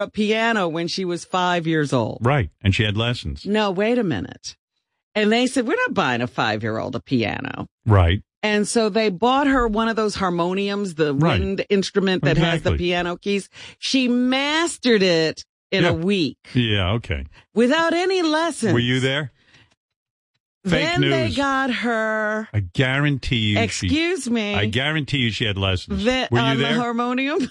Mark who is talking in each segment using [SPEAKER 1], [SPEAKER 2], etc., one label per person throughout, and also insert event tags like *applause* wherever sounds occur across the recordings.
[SPEAKER 1] a piano when she was five years old.
[SPEAKER 2] Right. And she had lessons.
[SPEAKER 1] No, wait a minute. And they said, we're not buying a five year old a piano.
[SPEAKER 2] Right.
[SPEAKER 1] And so they bought her one of those harmoniums, the
[SPEAKER 2] Right.
[SPEAKER 1] wind instrument that has the
[SPEAKER 2] Exactly.
[SPEAKER 1] piano keys. She mastered it in
[SPEAKER 2] Yeah.
[SPEAKER 1] a week
[SPEAKER 2] Yeah. Okay.
[SPEAKER 1] without any lessons.
[SPEAKER 2] Were you there? Fake
[SPEAKER 1] Then they
[SPEAKER 2] news.
[SPEAKER 1] got her.
[SPEAKER 2] I guarantee you. she,
[SPEAKER 1] Excuse me.
[SPEAKER 2] I guarantee you she had lessons.
[SPEAKER 1] the,
[SPEAKER 2] Were
[SPEAKER 1] on
[SPEAKER 2] you
[SPEAKER 1] the
[SPEAKER 2] there?
[SPEAKER 1] *laughs* harmonium.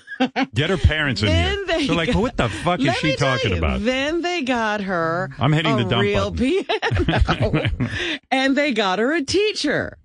[SPEAKER 2] Get her parents in
[SPEAKER 1] Then
[SPEAKER 2] here.
[SPEAKER 1] they
[SPEAKER 2] They're like,
[SPEAKER 1] got-
[SPEAKER 2] what
[SPEAKER 1] *laughs*
[SPEAKER 2] the fuck is
[SPEAKER 1] Let
[SPEAKER 2] she
[SPEAKER 1] me tell
[SPEAKER 2] talking
[SPEAKER 1] you,
[SPEAKER 2] about?
[SPEAKER 1] Then they got her.
[SPEAKER 2] I'm hitting
[SPEAKER 1] a
[SPEAKER 2] the dump
[SPEAKER 1] real
[SPEAKER 2] *laughs*
[SPEAKER 1] piano, *laughs* and they got her a teacher.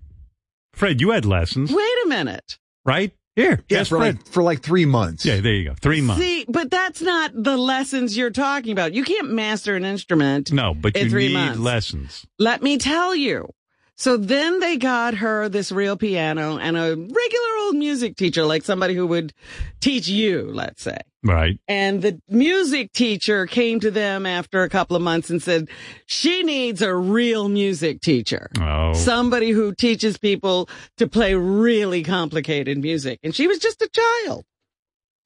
[SPEAKER 2] Fred, you had lessons,
[SPEAKER 1] Wait a minute.
[SPEAKER 2] right? Here.
[SPEAKER 3] Yeah,
[SPEAKER 2] yes,
[SPEAKER 3] for
[SPEAKER 2] Fred.
[SPEAKER 3] like for like three months.
[SPEAKER 2] Yeah, there you go. Three months.
[SPEAKER 1] See, but that's not the lessons you're talking about. You can't master an instrument.
[SPEAKER 2] no, but
[SPEAKER 1] in
[SPEAKER 2] you
[SPEAKER 1] three
[SPEAKER 2] need
[SPEAKER 1] months.
[SPEAKER 2] lessons.
[SPEAKER 1] Let me tell you. So then they got her this real piano and a regular old music teacher, like somebody who would teach you, let's say.
[SPEAKER 2] Right.
[SPEAKER 1] And the music teacher came to them after a couple of months and said, she needs a real music teacher.
[SPEAKER 2] Oh.
[SPEAKER 1] Somebody who teaches people to play really complicated music. And she was just a child.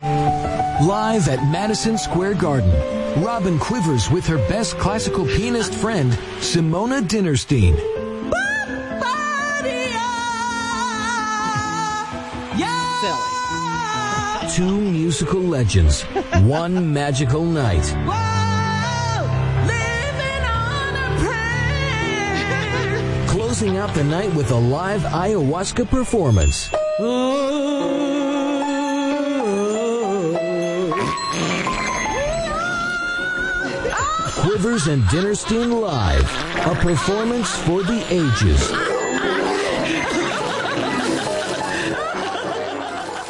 [SPEAKER 4] Live at Madison Square Garden, Robin quivers with her best classical pianist friend, Simona Dinnerstein.
[SPEAKER 1] Silly.
[SPEAKER 4] Two musical legends, one magical night. Closing out the night with a live ayahuasca performance. Quivers and Dinnerstein Live, a performance for the ages.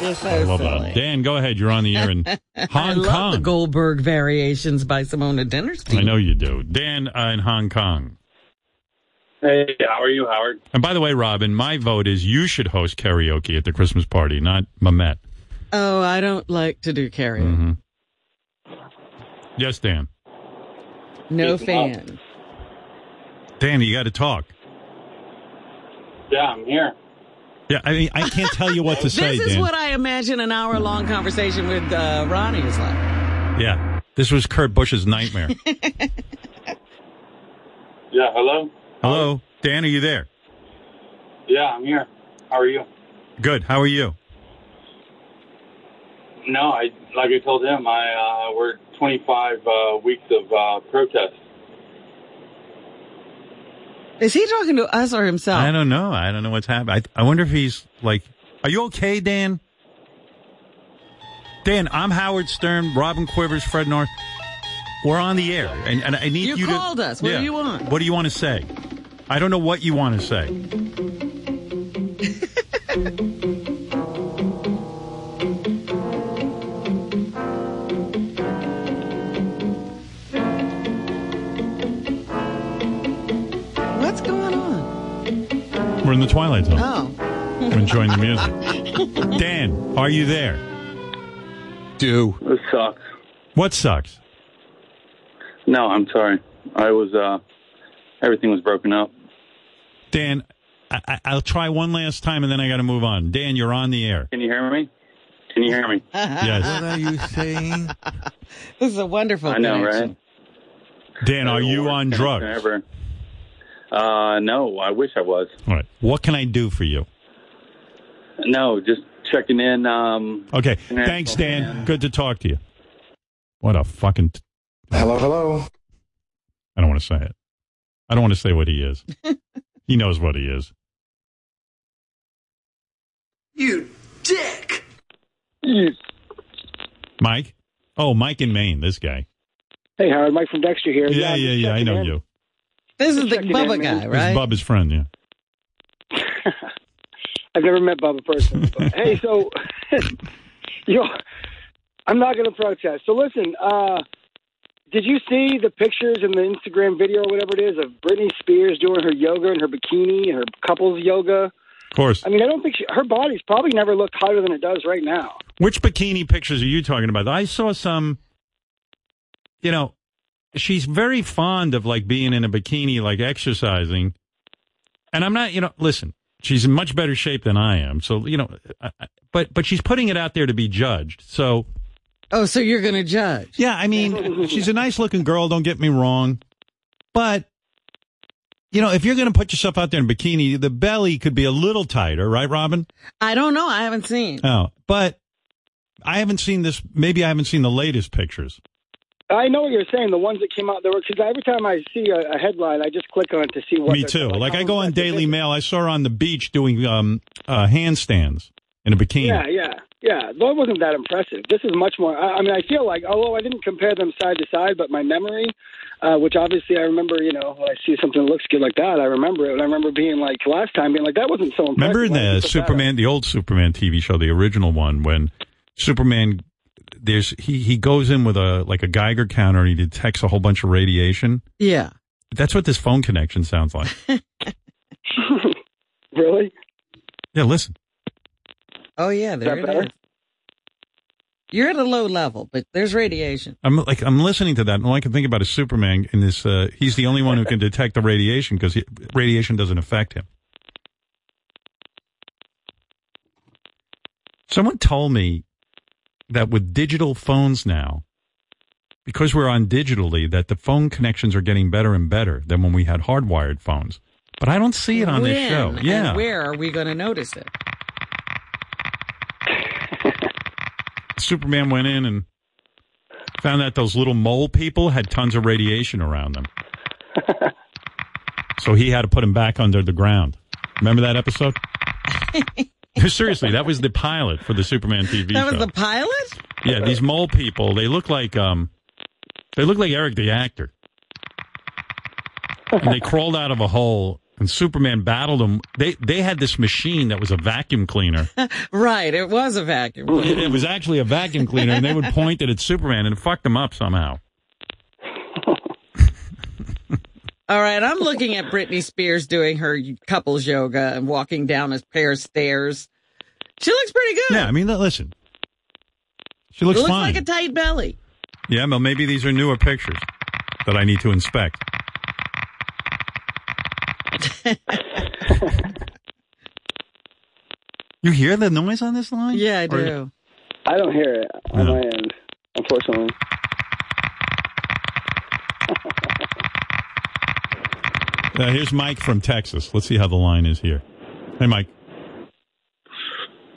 [SPEAKER 1] You're so
[SPEAKER 2] I love
[SPEAKER 1] silly.
[SPEAKER 2] that. Dan, go ahead. You're on the air in
[SPEAKER 1] *laughs* I
[SPEAKER 2] Hong
[SPEAKER 1] love the
[SPEAKER 2] Kong.
[SPEAKER 1] Goldberg variations by Simona Dinnerstein.
[SPEAKER 2] I know you do. Dan uh, in Hong Kong.
[SPEAKER 5] Hey, how are you, Howard?
[SPEAKER 2] And by the way, Robin, my vote is you should host karaoke at the Christmas party, not Mamet.
[SPEAKER 1] Oh, I don't like to do karaoke.
[SPEAKER 2] Mm-hmm. Yes, Dan.
[SPEAKER 1] No
[SPEAKER 5] Speaking
[SPEAKER 1] fan.
[SPEAKER 2] Dan, you got to talk.
[SPEAKER 5] Yeah, I'm here.
[SPEAKER 2] Yeah, I mean, I can't tell
[SPEAKER 5] *laughs*
[SPEAKER 2] you what to say,
[SPEAKER 1] This is
[SPEAKER 2] Dan.
[SPEAKER 1] what I imagine an hour long conversation with uh, Ronnie is like.
[SPEAKER 2] yeah, this was Kurt Bush's nightmare. *laughs*
[SPEAKER 5] Yeah, hello?
[SPEAKER 2] Hello, Dan, are you there?
[SPEAKER 5] Yeah, I'm here. How are you?
[SPEAKER 2] Good. How are you?
[SPEAKER 5] No, I like I told him, I uh, we're 25 uh, weeks of uh, protest.
[SPEAKER 1] Is he talking to us or himself?
[SPEAKER 2] I don't know. I don't know what's happening. I, I wonder if he's like, are you okay, Dan? Dan, I'm Howard Stern, Robin Quivers, Fred North. We're on the air, and, and I need
[SPEAKER 1] You
[SPEAKER 2] you,
[SPEAKER 1] called
[SPEAKER 2] to,
[SPEAKER 1] us. What do you want?
[SPEAKER 2] What do you want to say? I don't know what you want to say.
[SPEAKER 1] What's going on?
[SPEAKER 2] We're in the Twilight Zone.
[SPEAKER 1] Oh,
[SPEAKER 2] We're enjoying the
[SPEAKER 1] *laughs*
[SPEAKER 2] music. Dan, are you there?
[SPEAKER 3] Do
[SPEAKER 5] This sucks.
[SPEAKER 2] What sucks?
[SPEAKER 5] No, I'm sorry. I was uh, everything was broken up.
[SPEAKER 2] Dan, I, I, I'll try one last time, and then I got to move on. Dan, you're on the air.
[SPEAKER 5] Can you hear me? Can you hear me?
[SPEAKER 1] *laughs*
[SPEAKER 2] Yes.
[SPEAKER 3] what are you saying?
[SPEAKER 1] this is a wonderful
[SPEAKER 5] I know,
[SPEAKER 1] connection.
[SPEAKER 5] right?
[SPEAKER 2] Dan, are you
[SPEAKER 5] Worst
[SPEAKER 2] on
[SPEAKER 5] connection
[SPEAKER 2] drugs?
[SPEAKER 5] Ever. Uh, no, I wish I was.
[SPEAKER 2] All right. What can I do for you?
[SPEAKER 5] No, just checking in. Um,
[SPEAKER 2] Okay.
[SPEAKER 5] Yeah.
[SPEAKER 2] Thanks, Dan. Good to talk to you. What a fucking. T-
[SPEAKER 3] hello, hello.
[SPEAKER 2] I don't want to say it. I don't want to say what he
[SPEAKER 1] *laughs*
[SPEAKER 2] is. he knows what he is.
[SPEAKER 6] Yes.
[SPEAKER 2] Mike? Oh, Mike in Maine, this guy.
[SPEAKER 6] Hey, Howard, Mike from Dexter here.
[SPEAKER 2] Yeah, yeah,
[SPEAKER 6] I'm
[SPEAKER 2] yeah.
[SPEAKER 6] just
[SPEAKER 2] I
[SPEAKER 6] checking
[SPEAKER 2] know
[SPEAKER 6] in.
[SPEAKER 2] you.
[SPEAKER 1] This is the
[SPEAKER 6] Check it out, man.
[SPEAKER 1] Bubba guy,
[SPEAKER 2] This is
[SPEAKER 1] right?
[SPEAKER 2] Bubba's friend, yeah.
[SPEAKER 6] I've never met Bubba personally. But, hey, so *laughs* you, know, I'm not going to protest. So listen, uh, did you see the pictures in the Instagram video or whatever it is of Britney Spears doing her yoga and her bikini and her couples yoga?
[SPEAKER 2] Of course.
[SPEAKER 6] I mean, I don't think she, her body's probably never looked hotter than it does right now.
[SPEAKER 2] Which bikini pictures are you talking about? I saw some, you know, she's very fond of like being in a bikini, like exercising. And I'm not, you know, listen, she's in much better shape than I am. So, you know, I, I- but, but she's putting it out there to be judged. So
[SPEAKER 1] Oh, so you're going to judge?
[SPEAKER 2] Yeah, I mean, she's a nice looking girl, don't get me wrong. But, you know, if you're going to put yourself out there in a bikini, the belly could be a little tighter, right, Robin?
[SPEAKER 1] I don't know. I haven't seen.
[SPEAKER 2] Oh, but I haven't seen this. Maybe I haven't seen the latest pictures.
[SPEAKER 6] I know what you're saying. The ones that came out there, because every time I see a, a headline, I just click on it to see what.
[SPEAKER 2] me
[SPEAKER 6] they're-
[SPEAKER 2] too. Like, I
[SPEAKER 6] oh,
[SPEAKER 2] go on
[SPEAKER 6] that's a
[SPEAKER 2] Daily
[SPEAKER 6] big-
[SPEAKER 2] Mail. I saw her on the beach doing um, uh, handstands in a bikini.
[SPEAKER 6] Yeah, yeah, yeah. That wasn't that impressive. This is much more. I, I mean, I feel like although I didn't compare them side to side, but my memory, uh, which obviously I remember, you know, when I see something that looks good like that, I remember it. And I remember being like last time, being like, that wasn't so impressive.
[SPEAKER 2] Remember in
[SPEAKER 6] Why did
[SPEAKER 2] the
[SPEAKER 6] you put that up?
[SPEAKER 2] Superman, the old Superman TV show, the original one, when Superman there's he he goes in with a like a Geiger counter and he detects a whole bunch of radiation.
[SPEAKER 1] Yeah.
[SPEAKER 2] That's what this phone connection sounds like.
[SPEAKER 6] Really?
[SPEAKER 2] yeah, listen.
[SPEAKER 1] Oh, yeah. There
[SPEAKER 6] that
[SPEAKER 1] it
[SPEAKER 6] better?
[SPEAKER 1] is. You're at a low level, but there's radiation.
[SPEAKER 2] I'm like I'm listening to that, and all I can think about is Superman. In this, uh, he's the only
[SPEAKER 1] *laughs*
[SPEAKER 2] one who can detect the radiation because radiation doesn't affect him. Someone told me that with digital phones now, because we're on digitally, that the phone connections are getting better and better than when we had hardwired phones. But I don't see it on
[SPEAKER 1] when
[SPEAKER 2] this show.
[SPEAKER 1] and
[SPEAKER 2] Yeah,
[SPEAKER 1] where are we going to notice it?
[SPEAKER 2] Superman went in and found out those little mole people had tons of radiation
[SPEAKER 1] *laughs*
[SPEAKER 2] around them. so he had to put them back under the ground. Remember
[SPEAKER 1] *laughs*
[SPEAKER 2] that episode? *laughs* Seriously, that was the pilot for the Superman TV
[SPEAKER 1] That
[SPEAKER 2] show.
[SPEAKER 1] was the pilot? *laughs*
[SPEAKER 2] yeah, these mole people, they look like um they look like Eric the actor. And they crawled out of a hole and Superman battled them. They they had this machine that was a vacuum cleaner
[SPEAKER 1] Right. It was a vacuum.
[SPEAKER 2] *laughs* it, it was actually a vacuum cleaner, and they would point it at Superman and fuck them up somehow.
[SPEAKER 1] All right. I'm looking at Britney Spears doing her couples yoga and walking down a pair of stairs. She looks pretty good.
[SPEAKER 2] Yeah, I mean, listen, she
[SPEAKER 1] It
[SPEAKER 2] looks,
[SPEAKER 1] looks
[SPEAKER 2] fine.
[SPEAKER 1] like a tight belly.
[SPEAKER 2] yeah, well, maybe these are newer pictures that I need to *laughs* inspect. you hear the noise on this line?
[SPEAKER 1] Yeah, I
[SPEAKER 2] Or-
[SPEAKER 1] do.
[SPEAKER 6] I don't hear it on
[SPEAKER 2] No.
[SPEAKER 6] my end, unfortunately.
[SPEAKER 2] Uh, here's Mike from Texas. Let's see how the line is here. Hey, Mike,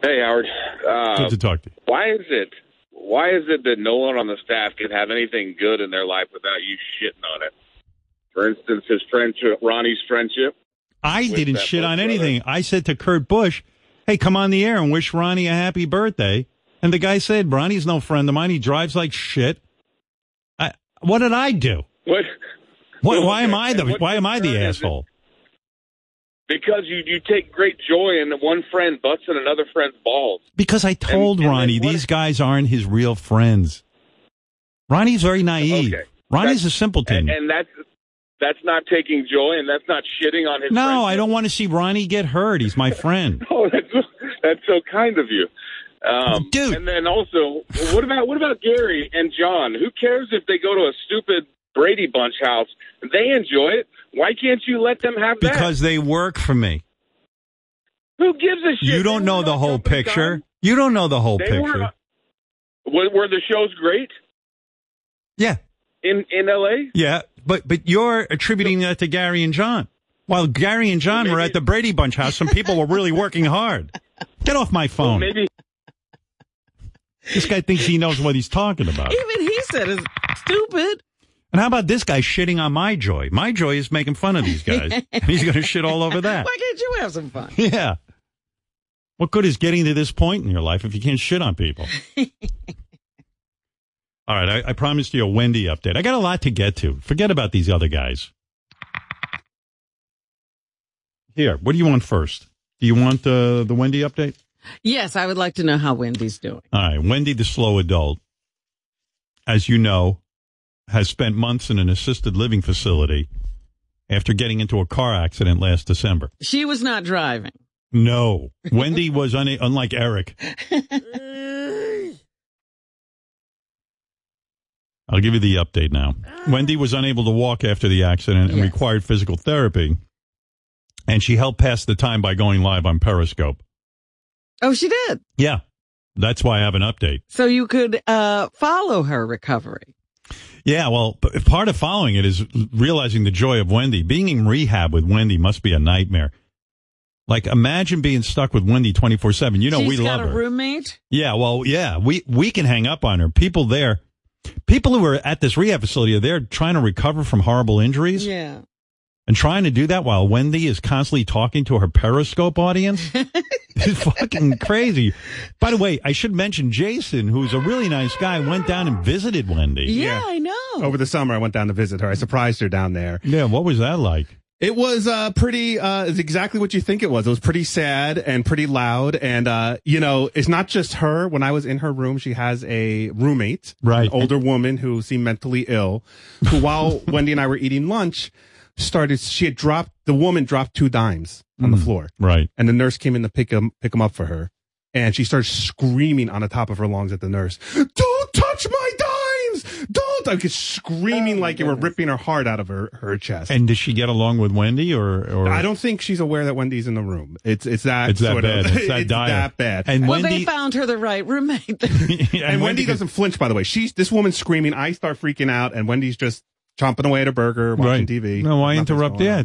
[SPEAKER 7] Hey, Howard.
[SPEAKER 2] good
[SPEAKER 7] Uh,
[SPEAKER 2] to talk to you.
[SPEAKER 7] why is it? Why is it that no one on the staff can have anything good in their life without you shitting on it? For instance, his friendship, Ronnie's friendship.
[SPEAKER 2] I
[SPEAKER 7] With
[SPEAKER 2] didn't
[SPEAKER 7] that
[SPEAKER 2] shit
[SPEAKER 7] Bush
[SPEAKER 2] on
[SPEAKER 7] brother.
[SPEAKER 2] anything. I said to Kurt Bush, "Hey, come on the air and wish Ronnie a happy birthday." And the guy said, "Ronnie's no friend of mine. He drives like shit." I, what did I do?
[SPEAKER 7] What?
[SPEAKER 2] Why,
[SPEAKER 7] Well,
[SPEAKER 2] why am
[SPEAKER 7] okay,
[SPEAKER 2] I the
[SPEAKER 7] and what
[SPEAKER 2] Why am I the
[SPEAKER 7] concern is it-
[SPEAKER 2] asshole?
[SPEAKER 7] Because you you take great joy in one friend busting another friend's balls.
[SPEAKER 2] Because I told
[SPEAKER 7] and then
[SPEAKER 2] Ronnie
[SPEAKER 7] what-
[SPEAKER 2] these guys aren't his real friends. Ronnie's very naive.
[SPEAKER 7] Okay.
[SPEAKER 2] Ronnie's
[SPEAKER 7] That's-
[SPEAKER 2] a simpleton.
[SPEAKER 7] and, and that's that's not taking joy, and that's not shitting on his.
[SPEAKER 2] no, I
[SPEAKER 7] friendship.
[SPEAKER 2] don't want to see Ronnie get hurt. He's my friend.
[SPEAKER 7] *laughs* Oh, that's that's so kind of you, um,
[SPEAKER 2] Dude.
[SPEAKER 7] And then also, what about what about Gary and John? Who cares if they go to a stupid Brady Bunch house? They enjoy it. Why can't you let them have that?
[SPEAKER 2] because they work for me.
[SPEAKER 7] who gives a shit?
[SPEAKER 2] You don't
[SPEAKER 7] They
[SPEAKER 2] know
[SPEAKER 7] were
[SPEAKER 2] the
[SPEAKER 7] on
[SPEAKER 2] whole
[SPEAKER 7] Jumpin' John.
[SPEAKER 2] picture. You don't know the whole
[SPEAKER 7] They were
[SPEAKER 2] picture.
[SPEAKER 7] on- Were, were the shows great
[SPEAKER 2] Yeah,
[SPEAKER 7] in in L.A.?
[SPEAKER 2] Yeah, but but you're attributing that to Gary and John. While Gary and John were at the Brady Bunch house, some people were really working hard. Get off my phone.
[SPEAKER 7] Maybe
[SPEAKER 2] this guy thinks he knows what he's talking about.
[SPEAKER 1] Even he said it's stupid.
[SPEAKER 2] And how about this guy shitting on my joy? My joy is making fun of these guys. and he's going to shit all over
[SPEAKER 1] *laughs*
[SPEAKER 2] that.
[SPEAKER 1] Why can't you have some fun?
[SPEAKER 2] *laughs* Yeah. What good is getting to this point in your life if you can't shit on people? All right, I, I promised you a Wendy update. I got a lot to get to. Forget about these other guys. Here, what do you want first? Do you want uh, the Wendy update?
[SPEAKER 1] Yes, I would like to know how Wendy's doing.
[SPEAKER 2] All right, Wendy, the slow adult, as you know, has spent months in an assisted living facility after getting into a car accident last December.
[SPEAKER 1] She was not
[SPEAKER 2] *laughs*
[SPEAKER 1] driving.
[SPEAKER 2] No, Wendy was un- unlike Eric. I'll give you the update now.
[SPEAKER 1] Ah.
[SPEAKER 2] Wendy was unable to walk after the accident and
[SPEAKER 1] Yes.
[SPEAKER 2] required physical therapy. And she helped pass the time by going live on Periscope.
[SPEAKER 1] Oh, she did.
[SPEAKER 2] Yeah. That's why I have an update.
[SPEAKER 1] So you could uh, follow her recovery.
[SPEAKER 2] Yeah, well, p- part of following it is realizing the joy of Wendy. Being in rehab with Wendy must be a nightmare. Like, imagine being stuck with Wendy 24 7. You know,
[SPEAKER 1] She's
[SPEAKER 2] we
[SPEAKER 1] got
[SPEAKER 2] love
[SPEAKER 1] a
[SPEAKER 2] her.
[SPEAKER 1] roommate.
[SPEAKER 2] Yeah, well, yeah, we, we can hang up on her. People there, people who are at this rehab facility are there trying to recover from horrible injuries
[SPEAKER 1] Yeah.
[SPEAKER 2] and trying to do that while Wendy is constantly talking to her
[SPEAKER 1] *laughs*
[SPEAKER 2] Periscope audience. it's fucking crazy. By the way, I should mention Jason, who's a really nice guy, went down and visited Wendy.
[SPEAKER 1] Yeah, I know.
[SPEAKER 8] Over the summer, I went down to visit her. I surprised her down there.
[SPEAKER 2] Yeah, what was that like?
[SPEAKER 8] It was uh, pretty, uh, it's exactly what you think it was. It was pretty sad and pretty loud. And, uh, you know, it's not just her. When I was in her room, she has a roommate,
[SPEAKER 2] Right.
[SPEAKER 8] an older woman who seemed mentally ill, who
[SPEAKER 2] *laughs*
[SPEAKER 8] while Wendy and I were eating lunch, started, she had dropped, the woman dropped two dimes on
[SPEAKER 2] Mm.
[SPEAKER 8] the floor.
[SPEAKER 2] Right.
[SPEAKER 8] and the nurse came in to pick him pick him up for her, and she starts screaming on the top of her lungs at the nurse, "Don't touch my dimes! Don't!" I was
[SPEAKER 2] Oh,
[SPEAKER 8] screaming like it were ripping her heart out of her her chest.
[SPEAKER 2] And does she get along with Wendy or, or
[SPEAKER 8] I don't think she's aware that Wendy's in the
[SPEAKER 2] *laughs*
[SPEAKER 8] room. It's it's that
[SPEAKER 2] it's that
[SPEAKER 8] sort
[SPEAKER 2] bad.
[SPEAKER 8] Of, *laughs*
[SPEAKER 2] It's that dire.
[SPEAKER 8] bad. And,
[SPEAKER 2] And
[SPEAKER 1] well,
[SPEAKER 2] Wendy
[SPEAKER 1] they found her the right roommate.
[SPEAKER 8] Wendy
[SPEAKER 2] goes-
[SPEAKER 8] doesn't flinch. By the way, she's this woman's screaming. I start freaking out, and Wendy's just chomping away at her burger, watching
[SPEAKER 2] right.
[SPEAKER 8] TV.
[SPEAKER 2] No, why
[SPEAKER 8] Nothing's
[SPEAKER 2] interrupt?
[SPEAKER 8] going on.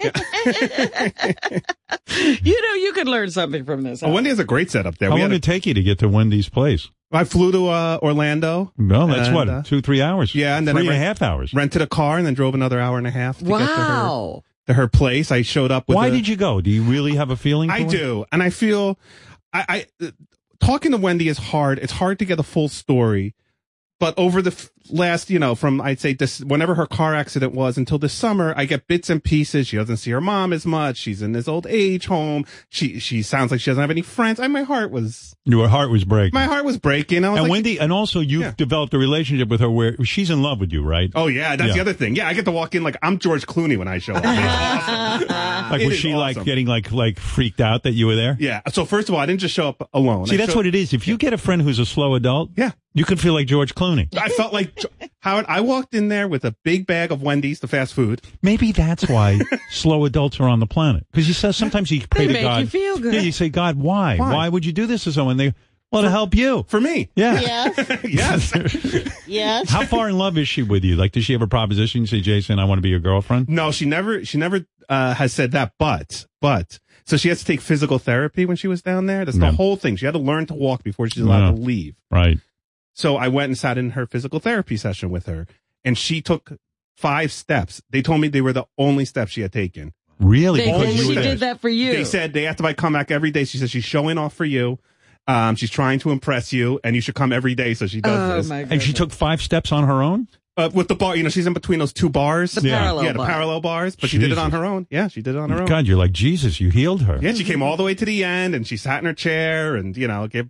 [SPEAKER 8] *laughs*
[SPEAKER 2] it's fun.
[SPEAKER 1] *laughs* you know, you could learn something from this.
[SPEAKER 8] Oh, Wendy has a great setup there.
[SPEAKER 2] How
[SPEAKER 8] We
[SPEAKER 2] long
[SPEAKER 8] had
[SPEAKER 2] did
[SPEAKER 8] a-
[SPEAKER 2] it take you to get to Wendy's place?
[SPEAKER 8] I flew to uh, Orlando.
[SPEAKER 2] Well, that's what
[SPEAKER 8] And, uh,
[SPEAKER 2] two, three hours.
[SPEAKER 8] yeah, and then I
[SPEAKER 2] three and a
[SPEAKER 8] ran-
[SPEAKER 2] half hours.
[SPEAKER 8] rented a car and then drove another hour and a half to get to her,
[SPEAKER 1] wow.
[SPEAKER 8] to her place. I showed up with
[SPEAKER 2] Why
[SPEAKER 8] a-
[SPEAKER 2] did you go? Do you really have a feeling?
[SPEAKER 8] I
[SPEAKER 2] for it?
[SPEAKER 8] do, and I feel I, I uh, talking to Wendy is hard. It's hard to get a full story. But over the f- last, you know, from I'd say this, whenever her car accident was until this summer, I get bits and pieces. She doesn't see her mom as much. She's in this old age home. She she sounds like she doesn't have any friends. I my heart was
[SPEAKER 2] Your heart was breaking.
[SPEAKER 8] my heart was breaking. I was
[SPEAKER 2] and
[SPEAKER 8] like,
[SPEAKER 2] Wendy, and also you've
[SPEAKER 8] Yeah.
[SPEAKER 2] developed a relationship with her where she's in love with you, right?
[SPEAKER 8] oh yeah, that's
[SPEAKER 2] Yeah.
[SPEAKER 8] the other thing. Yeah, I get to walk in like I'm George Clooney when I show
[SPEAKER 2] *laughs*
[SPEAKER 8] up.
[SPEAKER 2] like
[SPEAKER 8] it
[SPEAKER 2] was
[SPEAKER 8] is
[SPEAKER 2] she like
[SPEAKER 8] awesome.
[SPEAKER 2] getting like like freaked out that you were there?
[SPEAKER 8] yeah. So first of all, I didn't just show up alone.
[SPEAKER 2] See,
[SPEAKER 8] I
[SPEAKER 2] that's
[SPEAKER 8] showed-
[SPEAKER 2] what it is. If you get a friend who's a slow adult,
[SPEAKER 8] Yeah.
[SPEAKER 2] you can feel like
[SPEAKER 8] *laughs*
[SPEAKER 2] George Clooney.
[SPEAKER 8] I felt like Howard. I walked in there with a big bag of Wendy's, the fast food.
[SPEAKER 2] Maybe that's *laughs* why slow adults are on the planet. Because you say sometimes you pray
[SPEAKER 1] They
[SPEAKER 2] to
[SPEAKER 1] make
[SPEAKER 2] God.
[SPEAKER 1] you feel good.
[SPEAKER 2] Yeah, you say, God, why? why?
[SPEAKER 8] Why?
[SPEAKER 2] would you do this to someone? They well to help you.
[SPEAKER 8] For me,
[SPEAKER 2] Yeah.
[SPEAKER 8] *laughs*
[SPEAKER 2] *laughs*
[SPEAKER 8] yes.
[SPEAKER 9] Yes.
[SPEAKER 2] How far in love is she with you? Like, does she have a proposition? You say, Jason, I want to be your girlfriend.
[SPEAKER 8] no, she never. She never uh, has said that. But but so she has to take physical therapy when she was down there. That's
[SPEAKER 2] Yeah.
[SPEAKER 8] the whole thing. She had to learn to walk before she's allowed
[SPEAKER 2] Yeah.
[SPEAKER 8] to leave.
[SPEAKER 2] Right.
[SPEAKER 8] So I went and sat in her physical therapy session with her, and she took five steps. They told me they were the only steps she had taken.
[SPEAKER 2] Really?
[SPEAKER 1] They,
[SPEAKER 8] Because
[SPEAKER 1] they,
[SPEAKER 8] you
[SPEAKER 1] she
[SPEAKER 8] were there.
[SPEAKER 1] did that for you.
[SPEAKER 8] They said they asked if I come back every day. She said she's showing off for you. Um, she's trying to impress you, and you should come every day. So she does
[SPEAKER 1] oh
[SPEAKER 8] this.
[SPEAKER 1] my god.
[SPEAKER 2] and she took five steps on her own?
[SPEAKER 8] uh, with the bar. You know, she's in between those two bars.
[SPEAKER 1] The Yeah. parallel
[SPEAKER 8] yeah, the
[SPEAKER 1] bar.
[SPEAKER 8] parallel bars. But she did it on her own. Yeah, she did it *laughs* on her own.
[SPEAKER 2] God, you're like, Jesus, you healed her.
[SPEAKER 8] Yeah, she came all the way to the end, and she sat in her chair, and you know, gave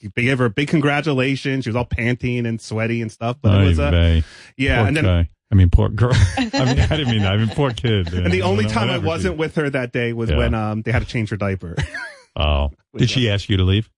[SPEAKER 8] they gave her a big congratulations. She was all panting and sweaty and stuff. But
[SPEAKER 2] Ay
[SPEAKER 8] it was uh,
[SPEAKER 2] vey.
[SPEAKER 8] yeah,
[SPEAKER 2] Poor
[SPEAKER 8] and then.
[SPEAKER 2] guy. I mean, poor girl. *laughs* I mean, I didn't mean that. I mean, poor
[SPEAKER 8] *laughs*
[SPEAKER 2] kid.
[SPEAKER 8] And the only time I
[SPEAKER 2] Whatever she-
[SPEAKER 8] wasn't with her that day was
[SPEAKER 2] Yeah.
[SPEAKER 8] when um they had to change her diaper. *laughs*
[SPEAKER 2] Oh. Did she ask you to leave?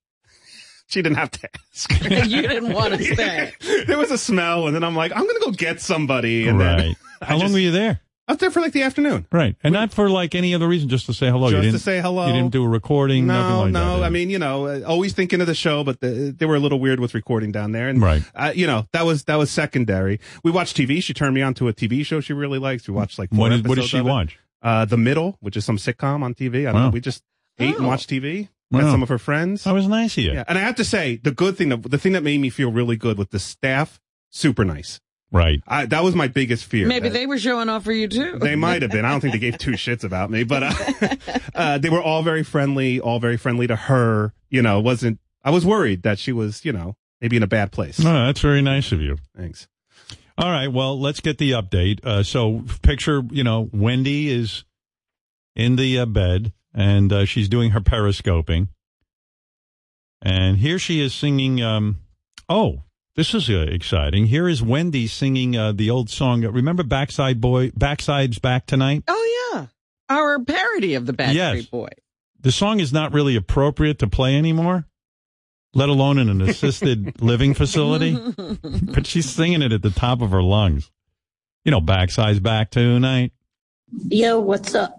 [SPEAKER 8] she didn't have to ask.
[SPEAKER 1] *laughs* you didn't
[SPEAKER 8] *laughs*
[SPEAKER 1] want to stay.
[SPEAKER 8] there was a smell, and then I'm like, I'm gonna go get somebody. And then *laughs*
[SPEAKER 2] Right.
[SPEAKER 8] I
[SPEAKER 2] How long
[SPEAKER 8] just-
[SPEAKER 2] were you there?
[SPEAKER 8] I was there for like the afternoon.
[SPEAKER 2] Right. And not for like any other reason, just to say hello. You
[SPEAKER 8] Just to
[SPEAKER 2] didn't-
[SPEAKER 8] say hello.
[SPEAKER 2] You didn't do a recording, nothing
[SPEAKER 8] No,
[SPEAKER 2] like that.
[SPEAKER 8] no.
[SPEAKER 2] did
[SPEAKER 8] I
[SPEAKER 2] you?
[SPEAKER 8] mean, you know, uh, always thinking of the show, but the, they were a little weird with recording down there, and
[SPEAKER 2] Right.
[SPEAKER 8] uh, you know, that was that was secondary. We watched TV. She turned me on to a TV show she really likes. We watched like four
[SPEAKER 2] What, is, what does
[SPEAKER 8] episodes
[SPEAKER 2] she
[SPEAKER 8] of it.
[SPEAKER 2] watch?
[SPEAKER 8] Uh, the Middle, which is some sitcom on TV. I don't
[SPEAKER 2] Wow.
[SPEAKER 8] know. We just ate and
[SPEAKER 1] Oh.
[SPEAKER 8] watched TV.
[SPEAKER 2] Wow.
[SPEAKER 8] Met some of her friends.
[SPEAKER 2] That was nice of you.
[SPEAKER 8] Yeah, and I have to say, the good thing, the thing that made me feel really good with the staff, super nice.
[SPEAKER 2] Right.
[SPEAKER 8] I, that was my biggest fear.
[SPEAKER 1] Maybe
[SPEAKER 8] that-
[SPEAKER 1] they were showing off for you too.
[SPEAKER 8] they might have been. I don't think they gave two shits about me, but uh, *laughs* uh, they were all very friendly, all very friendly to her. You know, it wasn't I was worried that she was, you know, maybe in a bad place.
[SPEAKER 2] No, no, that's very nice of you.
[SPEAKER 8] Thanks.
[SPEAKER 2] All right. Well, let's get the update. Uh, so, picture, you know, Wendy is in the uh, bed and uh, she's doing her periscoping. And here she is singing. Um, oh, this is uh, exciting. Here is Wendy singing uh, the old song. Remember Backside Boy, Backside's Back Tonight?
[SPEAKER 1] *laughs* Oh yeah, our parody of the Backstreet
[SPEAKER 2] Yes.
[SPEAKER 1] Boy.
[SPEAKER 2] The song is not really appropriate to play anymore, let alone in
[SPEAKER 1] *laughs*
[SPEAKER 2] an assisted living facility. but she's singing it at the top of her lungs. You know, Backside's Back Tonight.
[SPEAKER 9] Yo, what's up?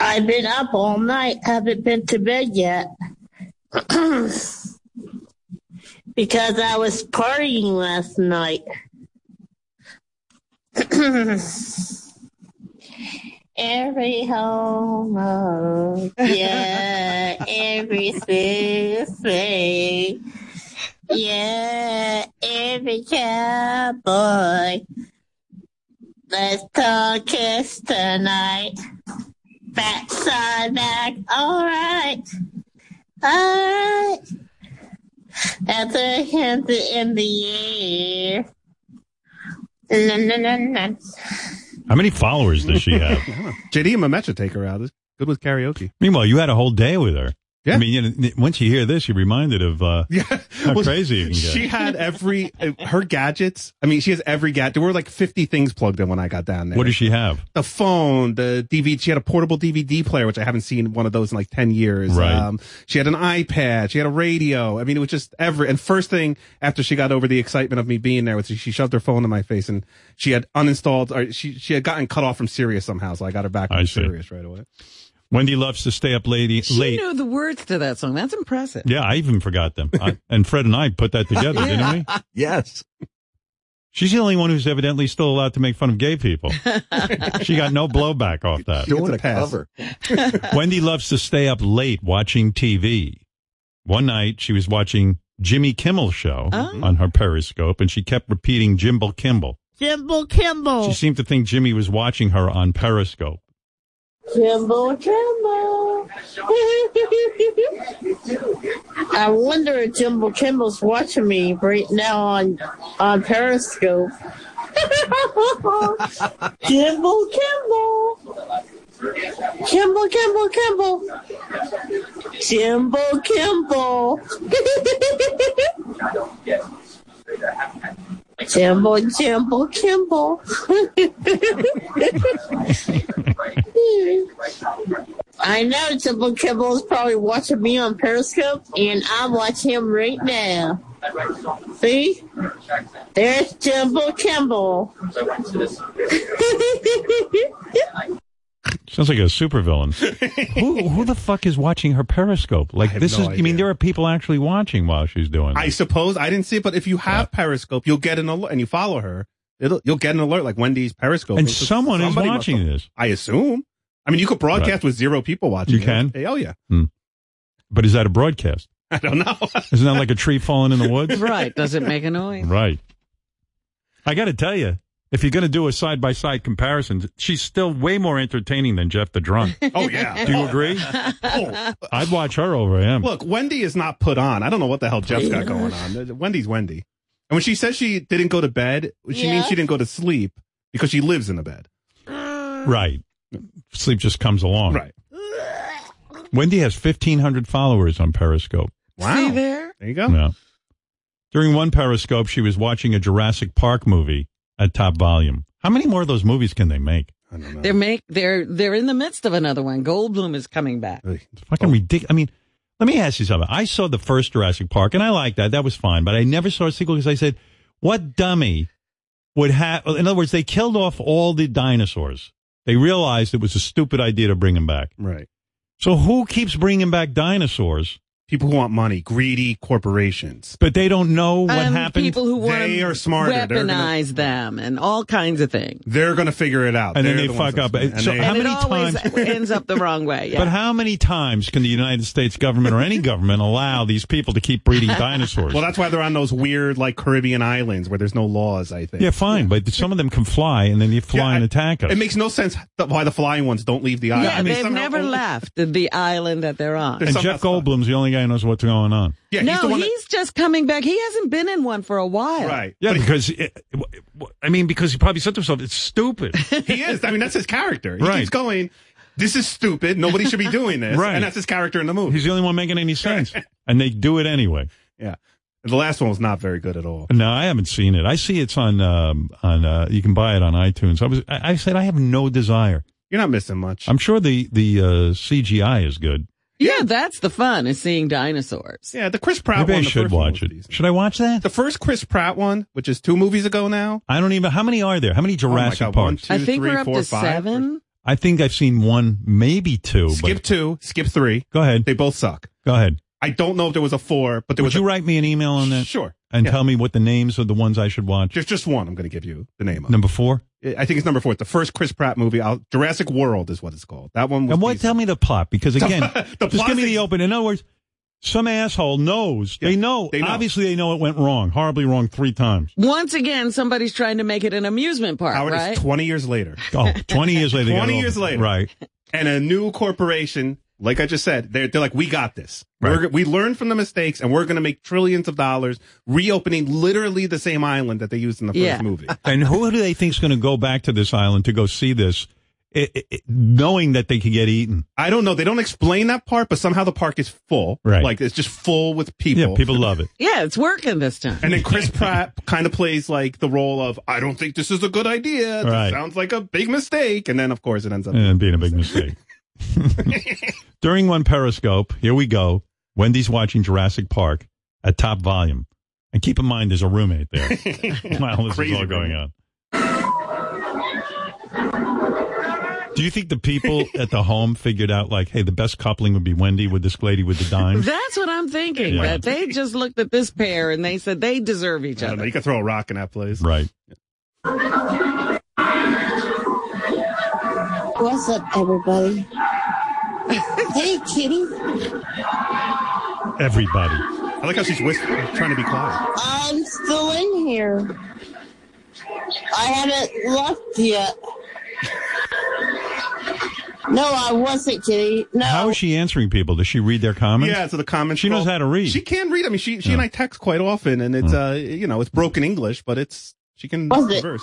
[SPEAKER 9] I've been up all night, haven't been to bed yet. *clears throat* because I was partying last night. *clears throat* every home, yeah, every thing, yeah, every cowboy. Let's talk kiss tonight. Backside back, alright. Alright. That's a hint in the air. Na, na, na, na.
[SPEAKER 2] How many followers does
[SPEAKER 1] *laughs*
[SPEAKER 8] *laughs*
[SPEAKER 2] she have?
[SPEAKER 8] JD and Mamecha take her out. It's good with karaoke.
[SPEAKER 2] Meanwhile, you had a whole day with her. Yeah. I mean, you know, once you hear this, you're reminded of uh, how
[SPEAKER 8] Well,
[SPEAKER 2] crazy you can get.
[SPEAKER 8] She had every uh, her gadgets. I mean, she has every gadget. There were like fifty things plugged in when I got down there.
[SPEAKER 2] what does she have?
[SPEAKER 8] the phone, the DVD. She had a portable DVD player, which I haven't seen one of those in like 10 years. Um,
[SPEAKER 2] Right.
[SPEAKER 8] she had an iPad. She had a radio. I mean, it was just every, and first thing after she got over the excitement of me being there was she shoved her phone in my face and she had uninstalled or she, she had gotten cut off from Sirius somehow. So I got her back
[SPEAKER 2] I
[SPEAKER 8] from
[SPEAKER 2] see.
[SPEAKER 8] Sirius right away.
[SPEAKER 2] Wendy loves to stay up lady,
[SPEAKER 1] She
[SPEAKER 2] late.
[SPEAKER 1] knew the words to that song. That's impressive.
[SPEAKER 2] Yeah, I even forgot them. I, and Fred and I put that together, didn't we?
[SPEAKER 3] *laughs* Yes.
[SPEAKER 2] She's the only one who's evidently still allowed to make fun of gay people. she got no blowback off that.
[SPEAKER 3] Doing
[SPEAKER 8] a
[SPEAKER 3] a
[SPEAKER 8] pass.
[SPEAKER 3] cover.
[SPEAKER 10] *laughs*
[SPEAKER 2] Wendy loves to stay up late watching TV. One night she was watching Jimmy Kimmel show
[SPEAKER 1] Oh.
[SPEAKER 2] on her Periscope and she kept repeating Jimbo Kimball.
[SPEAKER 9] Jimbo Kimble.
[SPEAKER 2] She seemed to think Jimmy was watching her on Periscope.
[SPEAKER 9] Jimbo Jimbo. *laughs* I wonder if Jimbo Kimble's watching me right now on on Periscope. *laughs* Jimbo Kimble. Kimble, Kimble, Kimble. Jimbo Kimble. *laughs* Jimbo, Jimbo, Kimble. *laughs* I know Jimbo Kimball's probably watching me on Periscope, and I'm watching him right now. See? There's Jimbo Kimball. *laughs*
[SPEAKER 2] Sounds like a supervillain. who who the fuck is watching her Periscope? Like
[SPEAKER 8] have
[SPEAKER 2] this
[SPEAKER 8] no
[SPEAKER 2] is I mean
[SPEAKER 8] idea.
[SPEAKER 2] there are people actually watching while she's doing
[SPEAKER 8] I
[SPEAKER 2] this.
[SPEAKER 8] suppose I didn't see it, but if you have Periscope, you'll get an alert and you follow her. It'll, you'll get an alert like Wendy's Periscope.
[SPEAKER 2] And
[SPEAKER 8] So
[SPEAKER 2] someone is
[SPEAKER 8] somebody must
[SPEAKER 2] watching
[SPEAKER 8] have-
[SPEAKER 2] this.
[SPEAKER 8] I assume. I mean, you could broadcast
[SPEAKER 2] Right.
[SPEAKER 8] with zero people watching.
[SPEAKER 2] You
[SPEAKER 8] it.
[SPEAKER 2] can?
[SPEAKER 8] Hey, oh yeah. *laughs*
[SPEAKER 2] Hmm. But is that a broadcast?
[SPEAKER 8] I don't know.
[SPEAKER 2] Isn't that like a tree falling in the
[SPEAKER 8] *laughs*
[SPEAKER 2] woods?
[SPEAKER 1] *laughs* Right. Does it make a noise?
[SPEAKER 2] Right. I got to tell you, if you're going to do a side by side comparison, she's still way more entertaining than Jeff the Drunk.
[SPEAKER 8] Oh yeah.
[SPEAKER 2] *laughs* Do you agree?
[SPEAKER 8] Oh,
[SPEAKER 2] I'd watch her over him.
[SPEAKER 8] look, Wendy is not put on. I don't know what the hell Jeff's got going on. Wendy's Wendy. And when she says she didn't go to bed, she means
[SPEAKER 9] Yeah.
[SPEAKER 8] she didn't go to sleep because she lives in a bed.
[SPEAKER 2] Right. Sleep just comes along.
[SPEAKER 8] Right.
[SPEAKER 2] Wendy has 1,500 followers on Periscope.
[SPEAKER 8] Wow.
[SPEAKER 1] See
[SPEAKER 8] there?
[SPEAKER 1] there?
[SPEAKER 8] you go.
[SPEAKER 2] Yeah. During one Periscope, she was watching a Jurassic Park movie at top volume. How many more of those movies can they make?
[SPEAKER 8] I don't know.
[SPEAKER 1] They're make they're they're in the midst of another one. Goldblum is coming back.
[SPEAKER 2] It's
[SPEAKER 8] Oh.
[SPEAKER 2] fucking ridiculous. I mean, let me ask you something. I saw the first Jurassic Park and I liked that. That was fine, but I never saw a sequel because I said, what dummy would have, in other words, they killed off all the dinosaurs. They realized it was a stupid idea to bring them back.
[SPEAKER 8] Right.
[SPEAKER 2] So who keeps bringing back dinosaurs,
[SPEAKER 8] People who want money, greedy corporations.
[SPEAKER 2] but they don't know what
[SPEAKER 1] and
[SPEAKER 2] happened?
[SPEAKER 1] Um, People who want
[SPEAKER 8] They
[SPEAKER 1] to
[SPEAKER 8] are smarter. They're gonna-
[SPEAKER 1] weaponize them and all kinds of things.
[SPEAKER 8] They're going to figure it out.
[SPEAKER 2] And then
[SPEAKER 8] They're
[SPEAKER 2] they
[SPEAKER 8] the ones
[SPEAKER 2] fuck up.
[SPEAKER 8] that's- and
[SPEAKER 2] So
[SPEAKER 8] they-
[SPEAKER 2] How
[SPEAKER 1] and
[SPEAKER 2] many
[SPEAKER 1] it always
[SPEAKER 2] times-
[SPEAKER 1] *laughs* ends up the wrong way.
[SPEAKER 8] *laughs*
[SPEAKER 1] Yeah.
[SPEAKER 2] But how many times can the United States government or any government allow these people to
[SPEAKER 8] *laughs*
[SPEAKER 2] keep *laughs* breeding dinosaurs?
[SPEAKER 8] well, that's why they're on those weird, like Caribbean islands where there's no laws. I think.
[SPEAKER 2] yeah, fine, but some of them can fly and then they fly
[SPEAKER 8] Yeah,
[SPEAKER 2] and
[SPEAKER 8] I-
[SPEAKER 2] attack us.
[SPEAKER 8] It makes no sense th- why the flying ones don't leave the island.
[SPEAKER 1] yeah,
[SPEAKER 8] I mean,
[SPEAKER 1] they've
[SPEAKER 8] somehow
[SPEAKER 1] never
[SPEAKER 8] only-
[SPEAKER 1] left the island that they're on.
[SPEAKER 2] and
[SPEAKER 8] some
[SPEAKER 2] Jeff
[SPEAKER 8] that's not-
[SPEAKER 2] Goldblum's the only guy who knows what's going on.
[SPEAKER 8] Yeah, he's the
[SPEAKER 1] no,
[SPEAKER 8] one that-
[SPEAKER 1] he's just coming back. He hasn't been in one for a while.
[SPEAKER 8] right.
[SPEAKER 2] Yeah,
[SPEAKER 8] But
[SPEAKER 2] because it, I mean, because he probably said to himself, "It's
[SPEAKER 8] *laughs*
[SPEAKER 2] stupid."
[SPEAKER 8] he is. I mean, that's his character. He
[SPEAKER 2] Right.
[SPEAKER 8] keeps going. This is stupid. Nobody should be doing
[SPEAKER 2] *laughs*
[SPEAKER 8] this.
[SPEAKER 2] Right.
[SPEAKER 8] And that's his character in the movie.
[SPEAKER 2] He's the only one making any sense, and they do it anyway.
[SPEAKER 8] *laughs* yeah. And the last one was not very good at all.
[SPEAKER 2] No, I haven't seen it. I see it's on um, on. Uh, you can buy it on iTunes. I was. I, I said I have no desire.
[SPEAKER 8] You're not missing much.
[SPEAKER 2] I'm sure the the uh, CGI is good.
[SPEAKER 1] Yeah, that's the fun is seeing dinosaurs.
[SPEAKER 8] yeah, the Chris Pratt
[SPEAKER 2] Maybe I
[SPEAKER 8] one. the
[SPEAKER 2] should
[SPEAKER 8] first one
[SPEAKER 2] watch
[SPEAKER 8] was
[SPEAKER 2] it.
[SPEAKER 8] decent.
[SPEAKER 2] Should I watch that?
[SPEAKER 8] The first Chris Pratt one, which is two movies ago now.
[SPEAKER 2] I don't even. How many are there? How many Jurassic
[SPEAKER 8] oh my God, one,
[SPEAKER 2] Parks?
[SPEAKER 8] two,
[SPEAKER 1] I think
[SPEAKER 8] three,
[SPEAKER 1] we're up
[SPEAKER 8] four,
[SPEAKER 1] to
[SPEAKER 8] five.
[SPEAKER 1] seven.
[SPEAKER 2] I think I've seen one, maybe two.
[SPEAKER 8] Skip two, skip three.
[SPEAKER 2] But go ahead.
[SPEAKER 8] They both suck.
[SPEAKER 2] Go ahead.
[SPEAKER 8] I don't know if there was a four, but there
[SPEAKER 2] Would
[SPEAKER 8] was.
[SPEAKER 2] you write me an email on that?
[SPEAKER 8] Sure.
[SPEAKER 2] And
[SPEAKER 8] Yeah.
[SPEAKER 2] tell me what the names of the ones I should watch.
[SPEAKER 8] There's just one. I'm going to give you the name of.
[SPEAKER 2] Number four.
[SPEAKER 8] I think it's number four. It's the first Chris Pratt movie. I'll, Jurassic World is what it's called. That one. Was
[SPEAKER 2] And what?
[SPEAKER 8] decent.
[SPEAKER 2] Tell me the plot, because
[SPEAKER 8] *laughs*
[SPEAKER 2] again,
[SPEAKER 8] The
[SPEAKER 2] just
[SPEAKER 8] plot
[SPEAKER 2] give me
[SPEAKER 8] is-
[SPEAKER 2] the open. In other words, some asshole knows.
[SPEAKER 8] Yeah,
[SPEAKER 2] they know.
[SPEAKER 8] they know.
[SPEAKER 2] Obviously, they know it went wrong, horribly wrong, three times.
[SPEAKER 1] Once again, somebody's trying to make it an amusement park,
[SPEAKER 8] Howard
[SPEAKER 1] right?
[SPEAKER 8] is 20 years later,
[SPEAKER 2] *laughs* Oh, 20 years later. they got
[SPEAKER 8] 20
[SPEAKER 2] it over.
[SPEAKER 8] years later.
[SPEAKER 2] Right.
[SPEAKER 8] and a new corporation, like I just said, they're, they're like, we got this.
[SPEAKER 2] Right.
[SPEAKER 8] We're, we learned from the mistakes, and we're going to make trillions of dollars reopening literally the same island that they used in the first
[SPEAKER 1] Yeah.
[SPEAKER 8] movie.
[SPEAKER 2] *laughs* And who do they think's going to go back to this island to go see this, i i i- knowing that they could get eaten?
[SPEAKER 8] I don't know. They don't explain that part, but somehow the park is full.
[SPEAKER 2] *laughs* Right.
[SPEAKER 8] Like it's just full with people.
[SPEAKER 2] Yeah, people love it.
[SPEAKER 1] yeah, it's working this time. *laughs*
[SPEAKER 8] And then Chris Pratt kind of plays like the role of I don't think this is a good idea. This
[SPEAKER 2] Right.
[SPEAKER 8] sounds like a big mistake. And then of course it ends *laughs*
[SPEAKER 2] *laughs*
[SPEAKER 8] up.
[SPEAKER 2] and being a big mistake. During one Periscope, here we go. Wendy's watching Jurassic Park at top volume. And keep in mind, there's a roommate
[SPEAKER 8] *laughs*
[SPEAKER 2] there while this
[SPEAKER 8] Crazy
[SPEAKER 2] is all going
[SPEAKER 8] roommate.
[SPEAKER 2] on. Do you think
[SPEAKER 8] *laughs*
[SPEAKER 2] the people at the home figured out, like, hey, the best coupling would be Wendy with this lady with the dime?
[SPEAKER 1] That's what I'm thinking.
[SPEAKER 2] Yeah.
[SPEAKER 1] That they just looked at this pair and they said they deserve each
[SPEAKER 8] I don't know.
[SPEAKER 1] other.
[SPEAKER 8] You could throw a rock in that place.
[SPEAKER 2] right.
[SPEAKER 9] What's up,
[SPEAKER 1] *laughs*
[SPEAKER 9] everybody? hey, kitty.
[SPEAKER 2] Everybody.
[SPEAKER 8] I like how she's whispering, trying to be quiet.
[SPEAKER 9] I'm still in here. I haven't left yet. *laughs* No, I wasn't, kitty. No.
[SPEAKER 2] How is she answering people? Does she read their comments?
[SPEAKER 8] Yeah, so the comments.
[SPEAKER 2] She knows
[SPEAKER 8] scroll-
[SPEAKER 2] how to read. Hmm.
[SPEAKER 8] She can read. I mean, she she and I text quite often, and it's uh you know it's broken English, but it's she can
[SPEAKER 9] Was it?
[SPEAKER 8] reverse.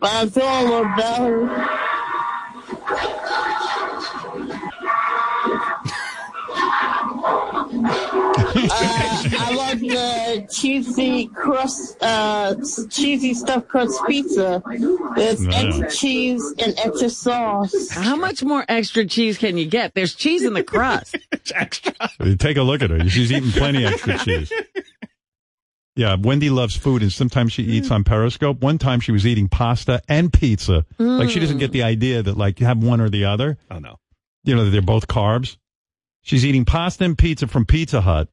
[SPEAKER 9] But I'm feeling a little better. uh, I love the cheesy crust, uh, cheesy stuffed crust pizza. There's
[SPEAKER 2] Yeah.
[SPEAKER 9] extra cheese and extra sauce.
[SPEAKER 1] How much more extra cheese can you get? There's cheese in the crust.
[SPEAKER 8] It's *laughs* extra.
[SPEAKER 2] Take a look at her. She's eating plenty of
[SPEAKER 8] *laughs*
[SPEAKER 2] extra cheese. Yeah, Wendy loves food, and sometimes she
[SPEAKER 8] Mm.
[SPEAKER 2] eats on Periscope. One time she was eating pasta and pizza. Like she doesn't get the idea that like you have one or the other.
[SPEAKER 8] Mm. Oh no.
[SPEAKER 2] You know that they're both carbs. She's eating pasta and pizza from Pizza Hut.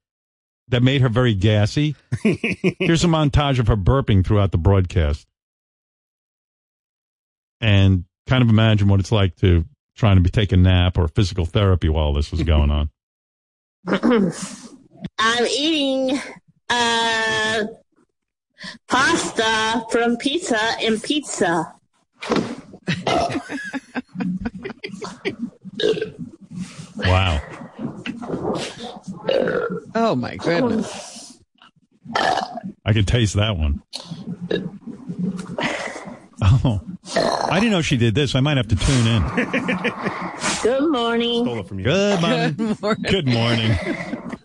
[SPEAKER 2] That made her
[SPEAKER 8] *laughs*
[SPEAKER 2] very gassy. Here's a montage of her burping throughout the broadcast, and kind of imagine what it's like to trying to be take a nap or physical therapy while this
[SPEAKER 8] *laughs*
[SPEAKER 2] is going on.
[SPEAKER 9] *clears throat* I'm eating uh, pasta from pizza and
[SPEAKER 2] *laughs*
[SPEAKER 9] pizza.
[SPEAKER 2] Wow.
[SPEAKER 1] Oh my goodness.
[SPEAKER 2] I could taste that one. Oh, I didn't know she did this. I might have to tune in.
[SPEAKER 9] Good morning.
[SPEAKER 8] Stole it from you.
[SPEAKER 2] Good morning. Good morning.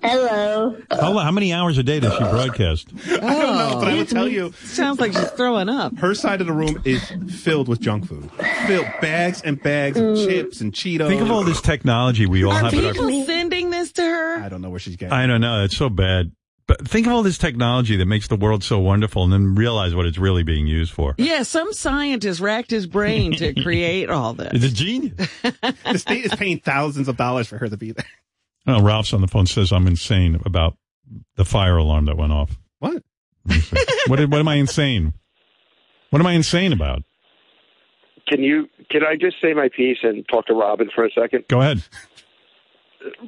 [SPEAKER 9] Hello.
[SPEAKER 2] How, how many hours a day does she broadcast?
[SPEAKER 8] *laughs* I don't know, but I will tell you,
[SPEAKER 1] Sounds like she's throwing up.
[SPEAKER 8] her side of the room is filled with junk food, filled bags and bags of
[SPEAKER 9] Mm.
[SPEAKER 8] chips and Cheetos.
[SPEAKER 2] Think of all this technology we all
[SPEAKER 1] Are
[SPEAKER 2] have at our.
[SPEAKER 1] people sending this to her?
[SPEAKER 8] I don't know where she's getting.
[SPEAKER 2] I don't know. It's so bad. But think of all this technology that makes the world so wonderful, and then realize what it's really being used for.
[SPEAKER 1] Yeah, some scientist racked his brain
[SPEAKER 2] *laughs*
[SPEAKER 1] to create all
[SPEAKER 2] It's
[SPEAKER 1] this.
[SPEAKER 2] a genius.
[SPEAKER 8] *laughs* the state is paying thousands of dollars for her to be there.
[SPEAKER 2] I know Oh, Ralph's on the phone says I'm insane about the fire alarm that went off.
[SPEAKER 8] What?
[SPEAKER 2] *laughs* What? did- What am I insane? What am I insane about?
[SPEAKER 5] Can you? Can I just say my piece and talk to Robin for a second?
[SPEAKER 2] Go ahead.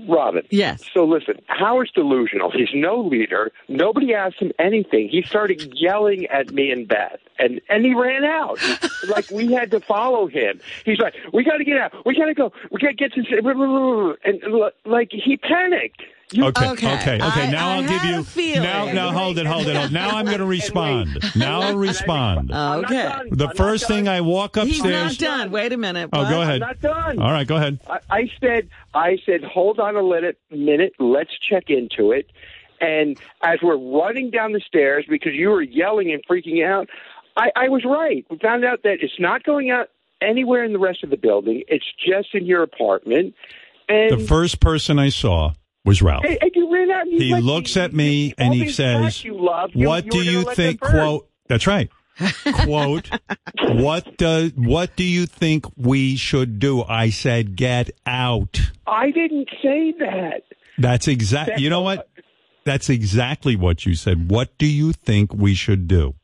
[SPEAKER 5] Robin.
[SPEAKER 1] Yes.
[SPEAKER 5] So listen, Howard's delusional. He's no leader. Nobody asked him anything. He started yelling at me and Beth, and and he ran out. *laughs* like we had to follow him. He's like, "We got to get out. We got to go. We got to get to." And like he panicked. You
[SPEAKER 2] Okay, okay,
[SPEAKER 1] Okay.
[SPEAKER 2] okay.
[SPEAKER 1] I-
[SPEAKER 2] now
[SPEAKER 1] I
[SPEAKER 2] will
[SPEAKER 1] had a
[SPEAKER 2] give you
[SPEAKER 1] feeling.
[SPEAKER 2] now. Now hold it, hold it, hold. it. Now
[SPEAKER 1] *laughs*
[SPEAKER 2] I'm going to respond.
[SPEAKER 5] wait.
[SPEAKER 2] Now I'll respond.
[SPEAKER 5] I'm
[SPEAKER 1] Okay.
[SPEAKER 5] not done.
[SPEAKER 2] The
[SPEAKER 5] I'm
[SPEAKER 2] first
[SPEAKER 5] not
[SPEAKER 2] thing
[SPEAKER 5] done.
[SPEAKER 2] I walk
[SPEAKER 1] Uh, He's not
[SPEAKER 2] upstairs.
[SPEAKER 1] done. Wait a minute.
[SPEAKER 2] Oh,
[SPEAKER 1] What?
[SPEAKER 2] go ahead.
[SPEAKER 5] I'm not done.
[SPEAKER 2] All right, go ahead.
[SPEAKER 5] I, I said, I said, hold on a minute, minute. Let's check into it. And as we're running down the stairs because you were yelling and freaking out, I, I was right. We found out that it's not going out anywhere in the rest of the building. It's just in your apartment.
[SPEAKER 2] The
[SPEAKER 5] And
[SPEAKER 2] first person I saw was Ralph.
[SPEAKER 5] and, and you ran out. And you
[SPEAKER 2] He
[SPEAKER 5] let-
[SPEAKER 2] looks at me
[SPEAKER 5] you-
[SPEAKER 2] and
[SPEAKER 5] all
[SPEAKER 2] he
[SPEAKER 5] these
[SPEAKER 2] says,
[SPEAKER 5] facts you love, you-
[SPEAKER 2] "What
[SPEAKER 5] you
[SPEAKER 2] do
[SPEAKER 5] were gonna
[SPEAKER 2] you
[SPEAKER 5] let them
[SPEAKER 2] think?"
[SPEAKER 5] burn."
[SPEAKER 2] Quote. That's right.
[SPEAKER 5] *laughs*
[SPEAKER 2] Quote. What does What do you think we should do? I said, "Get out."
[SPEAKER 5] I didn't say that.
[SPEAKER 2] That's exactly. You know what? That's exactly what you said. What do you think we should do?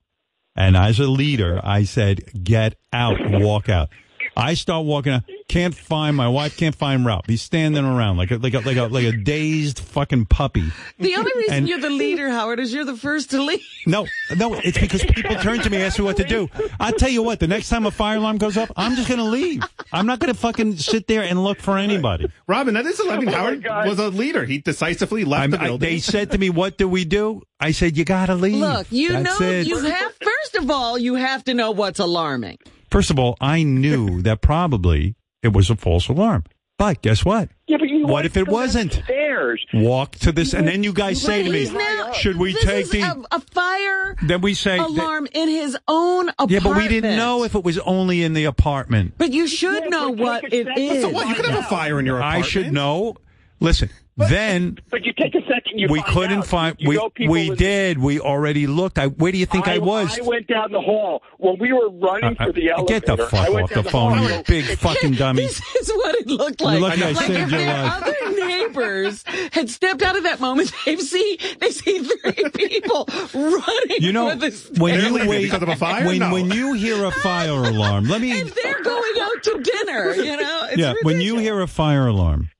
[SPEAKER 2] And as a leader, I said, get out, walk out. I start walking out. Can't find my wife. Can't find Ralph. He's standing around like a, like a, like a, like a dazed fucking puppy.
[SPEAKER 1] The only reason
[SPEAKER 2] And-
[SPEAKER 1] you're the leader, Howard, is you're the first to leave.
[SPEAKER 2] No, no, it's because people turn to me, ask me what to do. I tell you what, the next time a fire alarm goes up, I'm just going to leave. I'm not going to fucking sit there and look for anybody.
[SPEAKER 8] Robin, that is. I
[SPEAKER 9] Oh
[SPEAKER 8] mean, Howard was a leader. He decisively left the
[SPEAKER 2] I-
[SPEAKER 8] building.
[SPEAKER 2] they said to me, "What do we do?" I said, "You got to leave."
[SPEAKER 1] Look, you
[SPEAKER 2] That's
[SPEAKER 1] know,
[SPEAKER 2] it.
[SPEAKER 1] you have, first of all, you have to know what's alarming.
[SPEAKER 2] First of all, I knew that probably it was a false alarm. But guess what?
[SPEAKER 5] Yeah, but you
[SPEAKER 2] what
[SPEAKER 5] went
[SPEAKER 2] if it
[SPEAKER 5] to the
[SPEAKER 2] wasn't?
[SPEAKER 5] stairs?
[SPEAKER 2] Walk to this, and then you guys say to
[SPEAKER 1] But
[SPEAKER 2] me,
[SPEAKER 1] he's now-
[SPEAKER 2] "Should we
[SPEAKER 1] this
[SPEAKER 2] take
[SPEAKER 1] is
[SPEAKER 2] the?"
[SPEAKER 1] a, a fire
[SPEAKER 2] then we say,
[SPEAKER 1] alarm in his own apartment?
[SPEAKER 2] "Yeah, but we didn't know if it was only in the apartment."
[SPEAKER 1] But you should know what it is.
[SPEAKER 8] so what? You could have a fire in your
[SPEAKER 2] I
[SPEAKER 8] apartment.
[SPEAKER 2] should know. Listen, then
[SPEAKER 5] But you take a second. You
[SPEAKER 2] we
[SPEAKER 5] find
[SPEAKER 2] couldn't
[SPEAKER 5] out.
[SPEAKER 2] find.
[SPEAKER 5] You
[SPEAKER 2] We
[SPEAKER 5] know people
[SPEAKER 2] we
[SPEAKER 5] in-
[SPEAKER 2] did. We already looked. I where do you think I, was?
[SPEAKER 5] I went down the hall when we were running
[SPEAKER 2] I-
[SPEAKER 5] for the
[SPEAKER 2] I-
[SPEAKER 5] elevator.
[SPEAKER 2] get the
[SPEAKER 5] I
[SPEAKER 2] fuck
[SPEAKER 5] went
[SPEAKER 2] off the
[SPEAKER 5] down
[SPEAKER 2] phone,
[SPEAKER 5] hall. *laughs*
[SPEAKER 2] you big fucking dummy.
[SPEAKER 1] This *laughs* is what it looked
[SPEAKER 2] You're
[SPEAKER 1] like.
[SPEAKER 2] lucky I
[SPEAKER 1] like if
[SPEAKER 2] saved your
[SPEAKER 1] their
[SPEAKER 2] life.
[SPEAKER 1] other neighbors had stepped out of that moment, *laughs* they see they see three *laughs* people running.
[SPEAKER 2] You know,
[SPEAKER 1] for the
[SPEAKER 2] when
[SPEAKER 8] They're
[SPEAKER 2] you
[SPEAKER 8] leaving
[SPEAKER 2] wait,
[SPEAKER 8] because of a fire?
[SPEAKER 2] when
[SPEAKER 8] No.
[SPEAKER 2] when you hear a fire alarm,
[SPEAKER 5] *laughs*
[SPEAKER 2] let me.
[SPEAKER 1] and they're going out to dinner. You
[SPEAKER 2] *laughs*
[SPEAKER 1] know, it's
[SPEAKER 2] yeah, when you hear a fire alarm,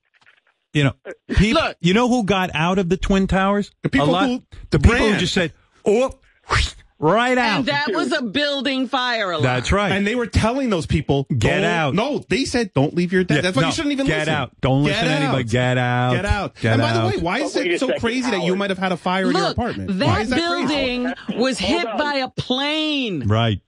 [SPEAKER 2] you know, peop-
[SPEAKER 1] Look.
[SPEAKER 2] you know who got out of the twin towers? The
[SPEAKER 8] people
[SPEAKER 2] a lot,
[SPEAKER 8] who
[SPEAKER 2] the people who
[SPEAKER 8] ran.
[SPEAKER 2] just said, "Oh, right out."
[SPEAKER 1] and that was a building fire alarm.
[SPEAKER 2] That's right.
[SPEAKER 8] And they were telling those people,
[SPEAKER 2] Get
[SPEAKER 8] "Don't-"
[SPEAKER 2] out.
[SPEAKER 8] No, they said, don't leave your desk.
[SPEAKER 2] Yeah,
[SPEAKER 8] That's why
[SPEAKER 2] no,
[SPEAKER 8] you shouldn't even
[SPEAKER 2] get
[SPEAKER 8] listen.
[SPEAKER 2] out. Don't listen to anybody. Get out.
[SPEAKER 8] Get out.
[SPEAKER 2] Get
[SPEAKER 8] and by
[SPEAKER 2] out.
[SPEAKER 8] the way, why is
[SPEAKER 5] Wait a
[SPEAKER 8] it so
[SPEAKER 5] second,
[SPEAKER 8] crazy that you
[SPEAKER 5] Howard.
[SPEAKER 8] might have had a fire in your
[SPEAKER 1] Look,
[SPEAKER 8] apartment? Why
[SPEAKER 1] that
[SPEAKER 8] is crazy?
[SPEAKER 1] building was
[SPEAKER 5] Hold
[SPEAKER 1] hit
[SPEAKER 5] on.
[SPEAKER 1] by a plane.
[SPEAKER 2] right.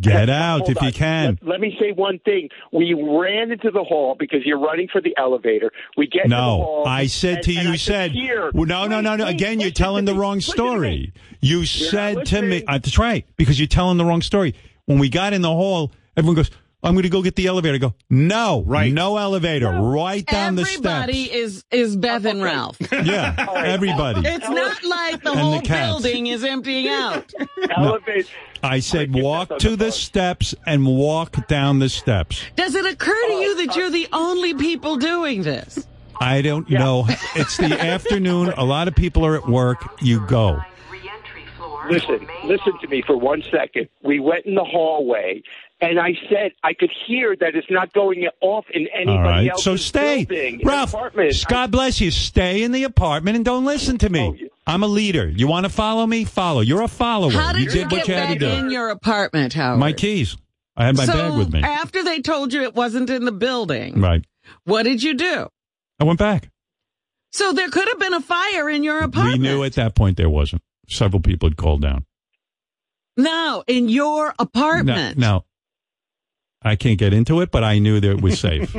[SPEAKER 2] Get out
[SPEAKER 5] Hold
[SPEAKER 2] if you
[SPEAKER 5] on.
[SPEAKER 2] can.
[SPEAKER 5] Let, let me say one thing. We ran into the hall because you're running for the elevator. We get into the
[SPEAKER 2] No,
[SPEAKER 5] hall.
[SPEAKER 2] I said
[SPEAKER 5] and-
[SPEAKER 2] to
[SPEAKER 5] and
[SPEAKER 2] you,
[SPEAKER 5] I
[SPEAKER 2] you said,
[SPEAKER 5] here,
[SPEAKER 2] well, no, no,
[SPEAKER 5] wait,
[SPEAKER 2] no, no.
[SPEAKER 5] wait,
[SPEAKER 2] Again, you're
[SPEAKER 5] listen to
[SPEAKER 2] telling the
[SPEAKER 5] me.
[SPEAKER 2] wrong
[SPEAKER 5] Listen to me.
[SPEAKER 2] story. You said to me,
[SPEAKER 5] listening.
[SPEAKER 2] uh, that's right, because you're telling the wrong story. When we got in the hall, everyone goes, I'm going to go get the elevator. I go, no,
[SPEAKER 8] Right.
[SPEAKER 2] no elevator, right down
[SPEAKER 1] Everybody
[SPEAKER 2] the
[SPEAKER 1] is is Beth and Ralph.
[SPEAKER 2] *laughs* steps. Yeah, everybody.
[SPEAKER 1] It's not like the
[SPEAKER 2] And the
[SPEAKER 1] whole
[SPEAKER 2] cats.
[SPEAKER 1] building is emptying out.
[SPEAKER 5] Elevate.
[SPEAKER 2] I said, walk to the steps and walk down the steps.
[SPEAKER 1] Does it occur to
[SPEAKER 8] Oh,
[SPEAKER 1] you that you're the only people doing this?
[SPEAKER 2] I don't know.
[SPEAKER 5] *laughs*
[SPEAKER 2] It's the afternoon. A lot of people are at work. You go.
[SPEAKER 5] Listen, listen to me for one second. We went in the hallway, and I said I could hear that it's not going off in anybody
[SPEAKER 2] All right.
[SPEAKER 5] else's
[SPEAKER 2] So stay.
[SPEAKER 5] building,
[SPEAKER 2] Ralph,
[SPEAKER 5] apartment. *laughs* Oh,
[SPEAKER 2] God bless you. Stay in the apartment and don't listen to me. I'm a leader. You want to follow me? Follow. You're a follower.
[SPEAKER 1] How did you,
[SPEAKER 2] did what
[SPEAKER 1] get
[SPEAKER 2] Oh, you
[SPEAKER 1] back
[SPEAKER 2] had to do.
[SPEAKER 1] in your apartment, Howard?
[SPEAKER 2] my keys. I had my
[SPEAKER 1] so uh,
[SPEAKER 2] bag with me.
[SPEAKER 1] after they told you it wasn't in the building,
[SPEAKER 2] right.
[SPEAKER 1] what did you do?
[SPEAKER 2] I went back.
[SPEAKER 1] So there could have been a fire in your apartment.
[SPEAKER 2] We knew at that point there wasn't. Several people had called down.
[SPEAKER 1] No, in your
[SPEAKER 2] Now,
[SPEAKER 1] apartment.
[SPEAKER 2] now, I can't get into it, but I knew that it
[SPEAKER 1] *laughs*
[SPEAKER 2] was safe.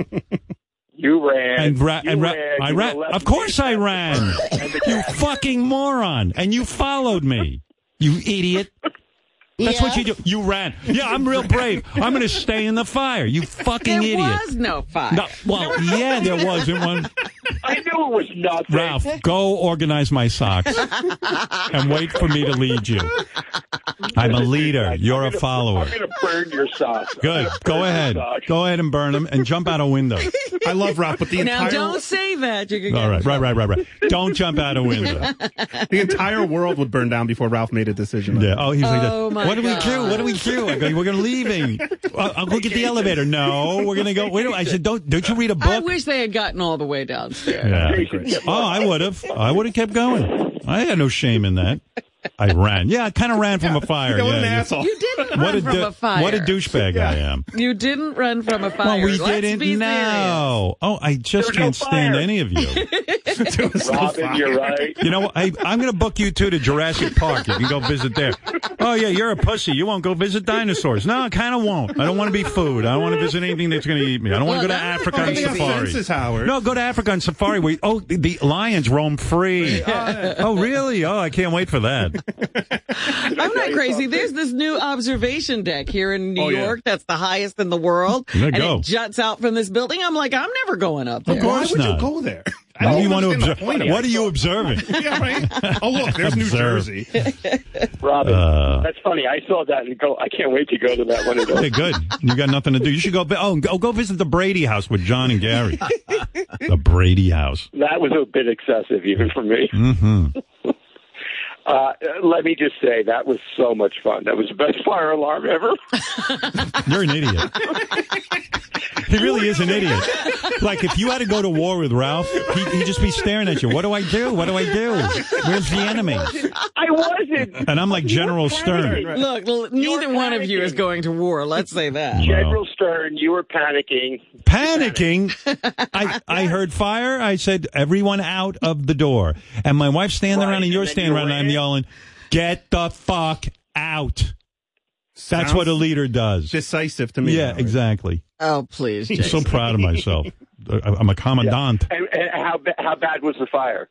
[SPEAKER 5] you ran.
[SPEAKER 2] and ra-
[SPEAKER 5] you
[SPEAKER 2] and ra-
[SPEAKER 5] ran,
[SPEAKER 2] I
[SPEAKER 5] you
[SPEAKER 2] ran.
[SPEAKER 5] were left
[SPEAKER 2] Of course I
[SPEAKER 5] *laughs*
[SPEAKER 2] ran.
[SPEAKER 5] and the
[SPEAKER 2] You
[SPEAKER 5] cat-
[SPEAKER 2] fucking moron. And you followed me. You idiot. That's what you do. You ran. Yeah, I'm
[SPEAKER 1] *laughs*
[SPEAKER 2] real brave. I'm going to stay in the fire. You
[SPEAKER 1] There
[SPEAKER 2] fucking idiot.
[SPEAKER 1] was no fire.
[SPEAKER 2] No, well, yeah, there was. It one.
[SPEAKER 5] *laughs* I knew it
[SPEAKER 1] *laughs*
[SPEAKER 5] was nothing.
[SPEAKER 2] Ralph, go organize my socks and wait for me to lead you. I'm a leader. You're a follower.
[SPEAKER 5] I'm gonna burn your socks.
[SPEAKER 2] Good. Go ahead. Go ahead and burn them and jump out a window.
[SPEAKER 8] I love Rob, but the
[SPEAKER 1] Now
[SPEAKER 8] entire
[SPEAKER 1] don't say that. You could get
[SPEAKER 2] All right, right, right, right, right. Don't jump
[SPEAKER 8] *laughs*
[SPEAKER 2] out a window.
[SPEAKER 8] the entire world would burn down before Ralph made a decision.
[SPEAKER 2] Yeah. Oh, he was like,
[SPEAKER 1] Oh, my
[SPEAKER 2] that. "What do we
[SPEAKER 1] God.
[SPEAKER 2] do? What do we do?" I go, "We're going
[SPEAKER 8] *laughs*
[SPEAKER 2] to leaving. I'll, I'll go get the elevator." No, we're going to go. Wait. a- I said, "Don't don't you read a book?"
[SPEAKER 1] I wish they had gotten all the way downstairs.
[SPEAKER 2] Yeah. Oh, I would have. I would have kept going. I had no shame in that. I ran. Yeah, I kind of ran from a fire.
[SPEAKER 8] Yeah, what an
[SPEAKER 2] yeah.
[SPEAKER 8] asshole.
[SPEAKER 1] You didn't
[SPEAKER 2] What
[SPEAKER 1] run
[SPEAKER 2] a
[SPEAKER 1] from
[SPEAKER 2] du-
[SPEAKER 1] a fire.
[SPEAKER 2] what a douchebag I am.
[SPEAKER 1] You didn't run from a fire.
[SPEAKER 2] Well, we
[SPEAKER 1] Let's be
[SPEAKER 2] didn't. No. Oh, I just
[SPEAKER 5] There's no
[SPEAKER 2] can't stand
[SPEAKER 5] fire.
[SPEAKER 2] any of you. *laughs*
[SPEAKER 1] *laughs*
[SPEAKER 8] It was so
[SPEAKER 5] Robin,
[SPEAKER 8] fun.
[SPEAKER 5] you're right.
[SPEAKER 2] You know, what? I, I'm going to book you two to Jurassic Park. You can go visit there. Oh yeah, you're a pussy. You won't go visit dinosaurs. No, I kind of won't. I don't want to be food. I don't want to visit anything that's going to eat me. I don't want to go to Africa
[SPEAKER 8] I
[SPEAKER 2] on
[SPEAKER 8] think it's
[SPEAKER 2] safari.
[SPEAKER 8] offenses, Howard.
[SPEAKER 2] No, go to Africa on safari. Wait, *laughs* oh, the, the lions roam free. Oh, really? Oh, I can't wait for that.
[SPEAKER 1] I'm not crazy. There's this new observation deck here in New
[SPEAKER 2] Oh, yeah.
[SPEAKER 1] York that's the highest in the world.
[SPEAKER 2] There you
[SPEAKER 1] and
[SPEAKER 2] go.
[SPEAKER 1] it juts out from this building. I'm like, I'm never going up there.
[SPEAKER 2] Of course
[SPEAKER 8] Why would you
[SPEAKER 2] not.
[SPEAKER 8] go there?
[SPEAKER 2] What do you want to
[SPEAKER 8] understand the
[SPEAKER 2] observe?
[SPEAKER 8] point of
[SPEAKER 2] What are
[SPEAKER 8] it.
[SPEAKER 2] you observing?
[SPEAKER 8] yeah,
[SPEAKER 1] *laughs*
[SPEAKER 8] right. Oh look, there's New
[SPEAKER 2] Observe.
[SPEAKER 8] Jersey.
[SPEAKER 5] Robin,
[SPEAKER 2] Uh.
[SPEAKER 5] that's funny. I saw that and go. I can't wait to go to that one. Of those.
[SPEAKER 2] Okay, *laughs* good. You got nothing to do. You should go. Oh, and go, go visit the Brady House with John
[SPEAKER 8] *laughs*
[SPEAKER 2] and Gary. the Brady House.
[SPEAKER 5] That was a bit excessive, even for me.
[SPEAKER 2] hmm
[SPEAKER 5] Uh, let me just say that was so much fun. That was the best *laughs* fire alarm ever.
[SPEAKER 2] You're an idiot. He really is an idiot. Like if you had to go to war with Ralph, he, he'd just be staring at you. What do I do? What do I do? Where's the enemy?
[SPEAKER 5] I wasn't.
[SPEAKER 2] And I'm like General Stern.
[SPEAKER 1] Look, l- neither one of you is going to war. Let's say that.
[SPEAKER 5] General Stern, you were panicking.
[SPEAKER 2] panicking. I, I heard fire. I said, everyone out of the door. And my wife's standing
[SPEAKER 5] Right,
[SPEAKER 2] around and you're
[SPEAKER 5] and then
[SPEAKER 2] standing
[SPEAKER 5] you
[SPEAKER 2] around and I'm
[SPEAKER 5] ran.
[SPEAKER 2] yelling, get the fuck out. That's what a leader does.
[SPEAKER 8] decisive to me.
[SPEAKER 2] yeah,
[SPEAKER 8] Howard.
[SPEAKER 2] exactly.
[SPEAKER 1] Oh, please,
[SPEAKER 2] I'm so
[SPEAKER 1] Jason.
[SPEAKER 2] proud of
[SPEAKER 1] *laughs*
[SPEAKER 8] *laughs*
[SPEAKER 2] myself. I- I'm a commandant.
[SPEAKER 5] And, and how ba- how bad was the fire?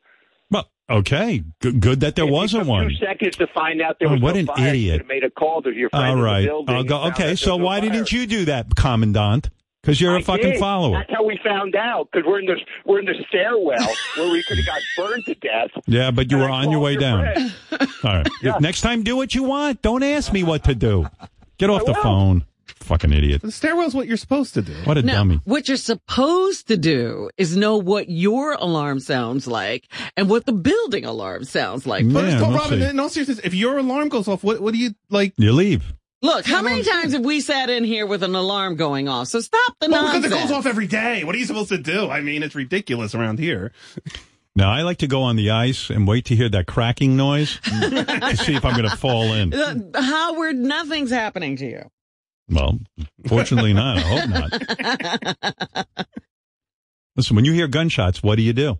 [SPEAKER 2] Well, okay. Good, good that there
[SPEAKER 5] It
[SPEAKER 2] wasn't
[SPEAKER 5] took
[SPEAKER 2] one.
[SPEAKER 5] Two seconds to find out there
[SPEAKER 2] Oh,
[SPEAKER 5] was
[SPEAKER 2] what
[SPEAKER 5] no
[SPEAKER 2] an
[SPEAKER 5] fire. You
[SPEAKER 2] idiot.
[SPEAKER 5] could've made a call to your friend
[SPEAKER 2] All
[SPEAKER 5] in the
[SPEAKER 2] right.
[SPEAKER 5] building
[SPEAKER 2] I'll
[SPEAKER 5] and
[SPEAKER 2] go.
[SPEAKER 5] found
[SPEAKER 2] Okay.
[SPEAKER 5] out
[SPEAKER 2] So
[SPEAKER 5] there was no
[SPEAKER 2] why
[SPEAKER 5] fire.
[SPEAKER 2] didn't you do that, commandant? Because you're a
[SPEAKER 5] I
[SPEAKER 2] fucking
[SPEAKER 5] did.
[SPEAKER 2] follower.
[SPEAKER 5] That's how we found out because we're in the we're in the stairwell
[SPEAKER 2] *laughs*
[SPEAKER 5] where we could have got burned to death.
[SPEAKER 2] Yeah, but you
[SPEAKER 5] And
[SPEAKER 2] were
[SPEAKER 5] I
[SPEAKER 2] on your
[SPEAKER 5] called
[SPEAKER 2] way
[SPEAKER 5] your
[SPEAKER 2] down.
[SPEAKER 5] friend.
[SPEAKER 2] *laughs*
[SPEAKER 5] *laughs*
[SPEAKER 2] All right. Next time, do what you want. Don't ask me what to do. Get off the phone. Fucking idiot.
[SPEAKER 8] The stairwell's what you're supposed to do.
[SPEAKER 2] What a
[SPEAKER 1] No,
[SPEAKER 2] dummy.
[SPEAKER 1] what you're supposed to do is know what your alarm sounds like and what the building alarm sounds like.
[SPEAKER 8] But
[SPEAKER 2] Yeah,
[SPEAKER 8] it's called-
[SPEAKER 2] we'll
[SPEAKER 8] Robin,
[SPEAKER 2] see.
[SPEAKER 8] in all seriousness, if your alarm goes off, what what do you like?
[SPEAKER 2] You leave.
[SPEAKER 1] Look, how many times have we sat in here with an alarm going off? So stop
[SPEAKER 2] Oh,
[SPEAKER 1] the
[SPEAKER 8] Well, because it
[SPEAKER 1] nonsense.
[SPEAKER 8] goes off every day. What are you supposed to do? I mean, it's ridiculous around here.
[SPEAKER 2] Now, I like to go on the ice and wait to hear that cracking noise to see if I'm going to fall in.
[SPEAKER 1] Uh, Howard, nothing's happening to you.
[SPEAKER 2] Well, fortunately not. I hope not. Listen, when you hear gunshots, what do you do?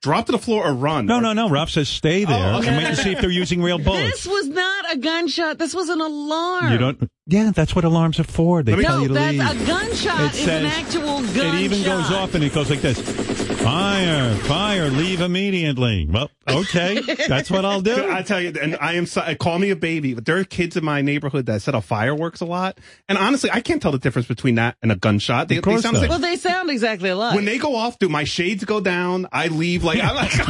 [SPEAKER 8] Drop to the floor or run. Oh,
[SPEAKER 2] No, no, no. Rob says stay there
[SPEAKER 8] okay.
[SPEAKER 2] and wait to see if they're using real
[SPEAKER 1] *laughs* This
[SPEAKER 2] bullets.
[SPEAKER 1] was not a gunshot. This was an alarm.
[SPEAKER 2] You don't. Yeah, that's what alarms are for. They
[SPEAKER 8] Let me-
[SPEAKER 2] tell
[SPEAKER 1] No,
[SPEAKER 2] you to
[SPEAKER 1] that's
[SPEAKER 2] leave.
[SPEAKER 1] a gunshot.
[SPEAKER 2] It
[SPEAKER 1] is an
[SPEAKER 2] says-
[SPEAKER 1] actual gunshot.
[SPEAKER 2] It even goes off and it goes like this. Fire, fire, leave immediately. Well, okay. That's what I'll
[SPEAKER 8] *laughs*
[SPEAKER 2] do.
[SPEAKER 8] I tell you, and I am. So, uh, call me a baby, but there are kids in my neighborhood that set off fireworks a lot. And honestly, I can't tell the difference between that and a gunshot. They,
[SPEAKER 2] Of course
[SPEAKER 8] they sound the
[SPEAKER 2] not.
[SPEAKER 8] same.
[SPEAKER 1] Well, they sound exactly alike.
[SPEAKER 8] when they go off, dude, my shades go down. I leave. Like
[SPEAKER 2] *laughs*
[SPEAKER 8] I'm like,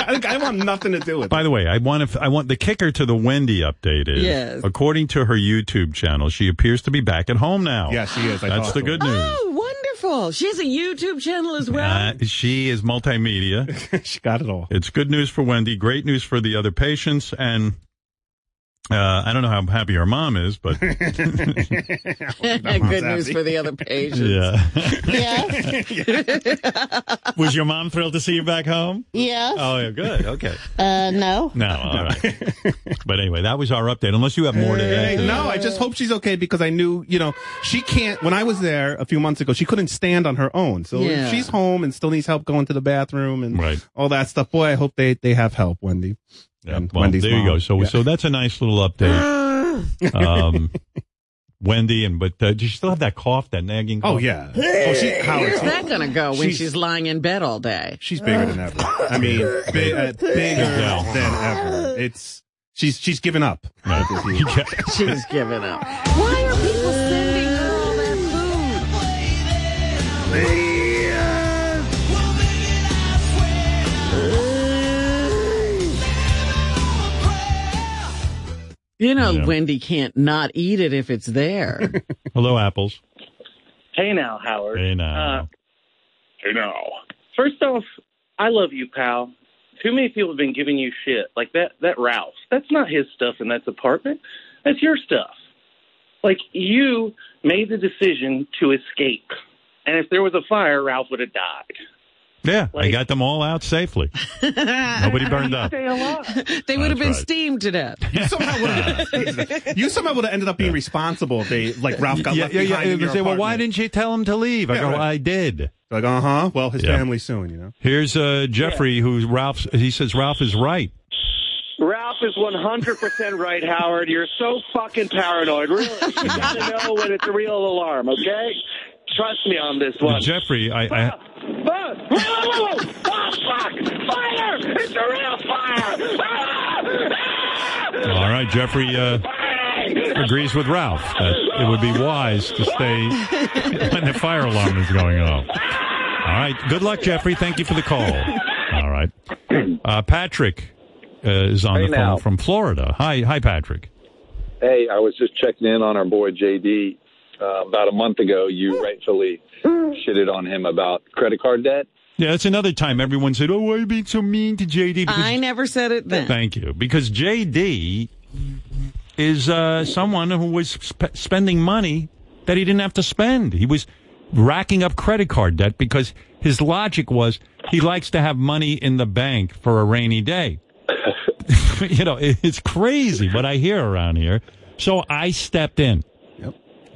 [SPEAKER 8] I, think *laughs* I want nothing to do with.
[SPEAKER 2] By
[SPEAKER 8] it.
[SPEAKER 2] the way, I want to, I want the kicker to the Wendy update is,
[SPEAKER 1] Yes.
[SPEAKER 2] according to her YouTube channel, she appears to be back at home now.
[SPEAKER 8] Yeah, she is. I
[SPEAKER 2] That's
[SPEAKER 8] talked
[SPEAKER 2] the
[SPEAKER 8] to
[SPEAKER 2] good news.
[SPEAKER 1] oh, wonderful. She has a YouTube channel as well.
[SPEAKER 2] Uh, she is multimedia.
[SPEAKER 8] *laughs* she got it all.
[SPEAKER 2] It's good news for Wendy, great news for the other patients, and uh, I don't know how happy her mom is,
[SPEAKER 8] *laughs*
[SPEAKER 2] but
[SPEAKER 1] *laughs* Good news for the other patients. *laughs*
[SPEAKER 2] yeah. *laughs*
[SPEAKER 9] Yeah,
[SPEAKER 2] Was your mom thrilled to see you back home?
[SPEAKER 9] yeah.
[SPEAKER 2] Oh, yeah,
[SPEAKER 8] *laughs*
[SPEAKER 2] good. Okay.
[SPEAKER 9] Uh, no.
[SPEAKER 2] No, all right. but anyway, that was our update. Unless you have more to
[SPEAKER 8] Hey,
[SPEAKER 2] add.
[SPEAKER 8] no, I just hope she's okay because I knew, you know, she can't. When I was there a few months ago, she couldn't stand on her own. So if
[SPEAKER 1] Yeah.
[SPEAKER 8] she's home and still needs help going to the bathroom and
[SPEAKER 2] Right.
[SPEAKER 8] all that stuff. Boy, I hope they they have help, Wendy.
[SPEAKER 2] Yeah,
[SPEAKER 8] And
[SPEAKER 2] well,
[SPEAKER 8] Wendy's
[SPEAKER 2] there you
[SPEAKER 8] mom.
[SPEAKER 2] go. So,
[SPEAKER 8] Yeah.
[SPEAKER 2] so that's a nice little update.
[SPEAKER 1] *laughs*
[SPEAKER 8] *laughs*
[SPEAKER 2] Um, Wendy, and but uh, does she still have that cough, that nagging? Cough?
[SPEAKER 8] Oh yeah. Oh, she, Howard,
[SPEAKER 1] Where's
[SPEAKER 8] she-
[SPEAKER 1] that going to go when she's,
[SPEAKER 8] She's-
[SPEAKER 1] lying in bed all day?
[SPEAKER 8] she's bigger than ever. I mean, big, uh, bigger
[SPEAKER 2] Yeah.
[SPEAKER 8] than ever. It's she's she's given up. *laughs*
[SPEAKER 2] Yeah. *laughs*
[SPEAKER 1] She's giving up. Why are people sending her all that food? You know,
[SPEAKER 2] Yeah.
[SPEAKER 1] Wendy can't not eat it if it's there.
[SPEAKER 2] *laughs* Hello, apples.
[SPEAKER 11] Hey now, Howard.
[SPEAKER 2] Hey now.
[SPEAKER 11] Uh, First off, I love you, pal. Too many people have been giving you shit. Like that that Ralph. That's not his stuff in that apartment. That's your stuff. Like you made the decision to escape. And if there was a fire, Ralph would have died.
[SPEAKER 2] yeah, I
[SPEAKER 11] like-
[SPEAKER 2] got them all out safely. Nobody burned up.
[SPEAKER 11] Stay alive.
[SPEAKER 1] they would have
[SPEAKER 2] That's
[SPEAKER 1] been
[SPEAKER 2] right.
[SPEAKER 1] steamed to
[SPEAKER 2] *laughs*
[SPEAKER 1] death.
[SPEAKER 8] You somehow would have *laughs* you somehow would have ended up being responsible if they like Ralph got
[SPEAKER 2] Yeah,
[SPEAKER 8] left
[SPEAKER 2] yeah, yeah.
[SPEAKER 8] behind. in
[SPEAKER 2] They
[SPEAKER 8] your
[SPEAKER 2] say, well, why
[SPEAKER 8] apartment."
[SPEAKER 2] didn't you tell him to leave? I
[SPEAKER 8] Yeah,
[SPEAKER 2] go,
[SPEAKER 8] right.
[SPEAKER 2] I did.
[SPEAKER 8] Like, uh huh. Well, his
[SPEAKER 2] Yeah.
[SPEAKER 8] family's soon, you know.
[SPEAKER 2] Here's uh, Jeffrey, who's Ralph's. He says Ralph is right.
[SPEAKER 5] Ralph is 100% right, Howard. You're so fucking paranoid. Really, you gotta know when it's a real alarm, okay? Trust me on this one.
[SPEAKER 2] Jeffrey, I, I
[SPEAKER 5] Ah, ah, ah, fuck! Fire! It's a real fire! Ah, ah,
[SPEAKER 2] All right, Jeffrey uh, agrees with Ralph that it would be wise to stay when the fire alarm is going off. All right, good luck, Jeffrey. Thank you for the call. All right, uh, Patrick uh, is on
[SPEAKER 12] Hey,
[SPEAKER 2] the phone
[SPEAKER 12] now.
[SPEAKER 2] from Florida. Hi, hi, Patrick.
[SPEAKER 12] Hey, I was just checking in on our boy JD. Uh, about a month ago,
[SPEAKER 3] Mm.
[SPEAKER 12] you rightfully shitted on him about credit card debt.
[SPEAKER 2] Yeah, that's another time everyone said, "Oh, why are you being so mean to JD?" Because
[SPEAKER 1] I never said it
[SPEAKER 2] *laughs*
[SPEAKER 1] then.
[SPEAKER 2] Thank you. Because JD is uh, someone who was sp- spending money that he didn't have to spend. He was racking up credit card debt because his logic was he likes to have money in the bank for a rainy day. *laughs* you know, it, it's crazy what I hear around here. So I stepped in.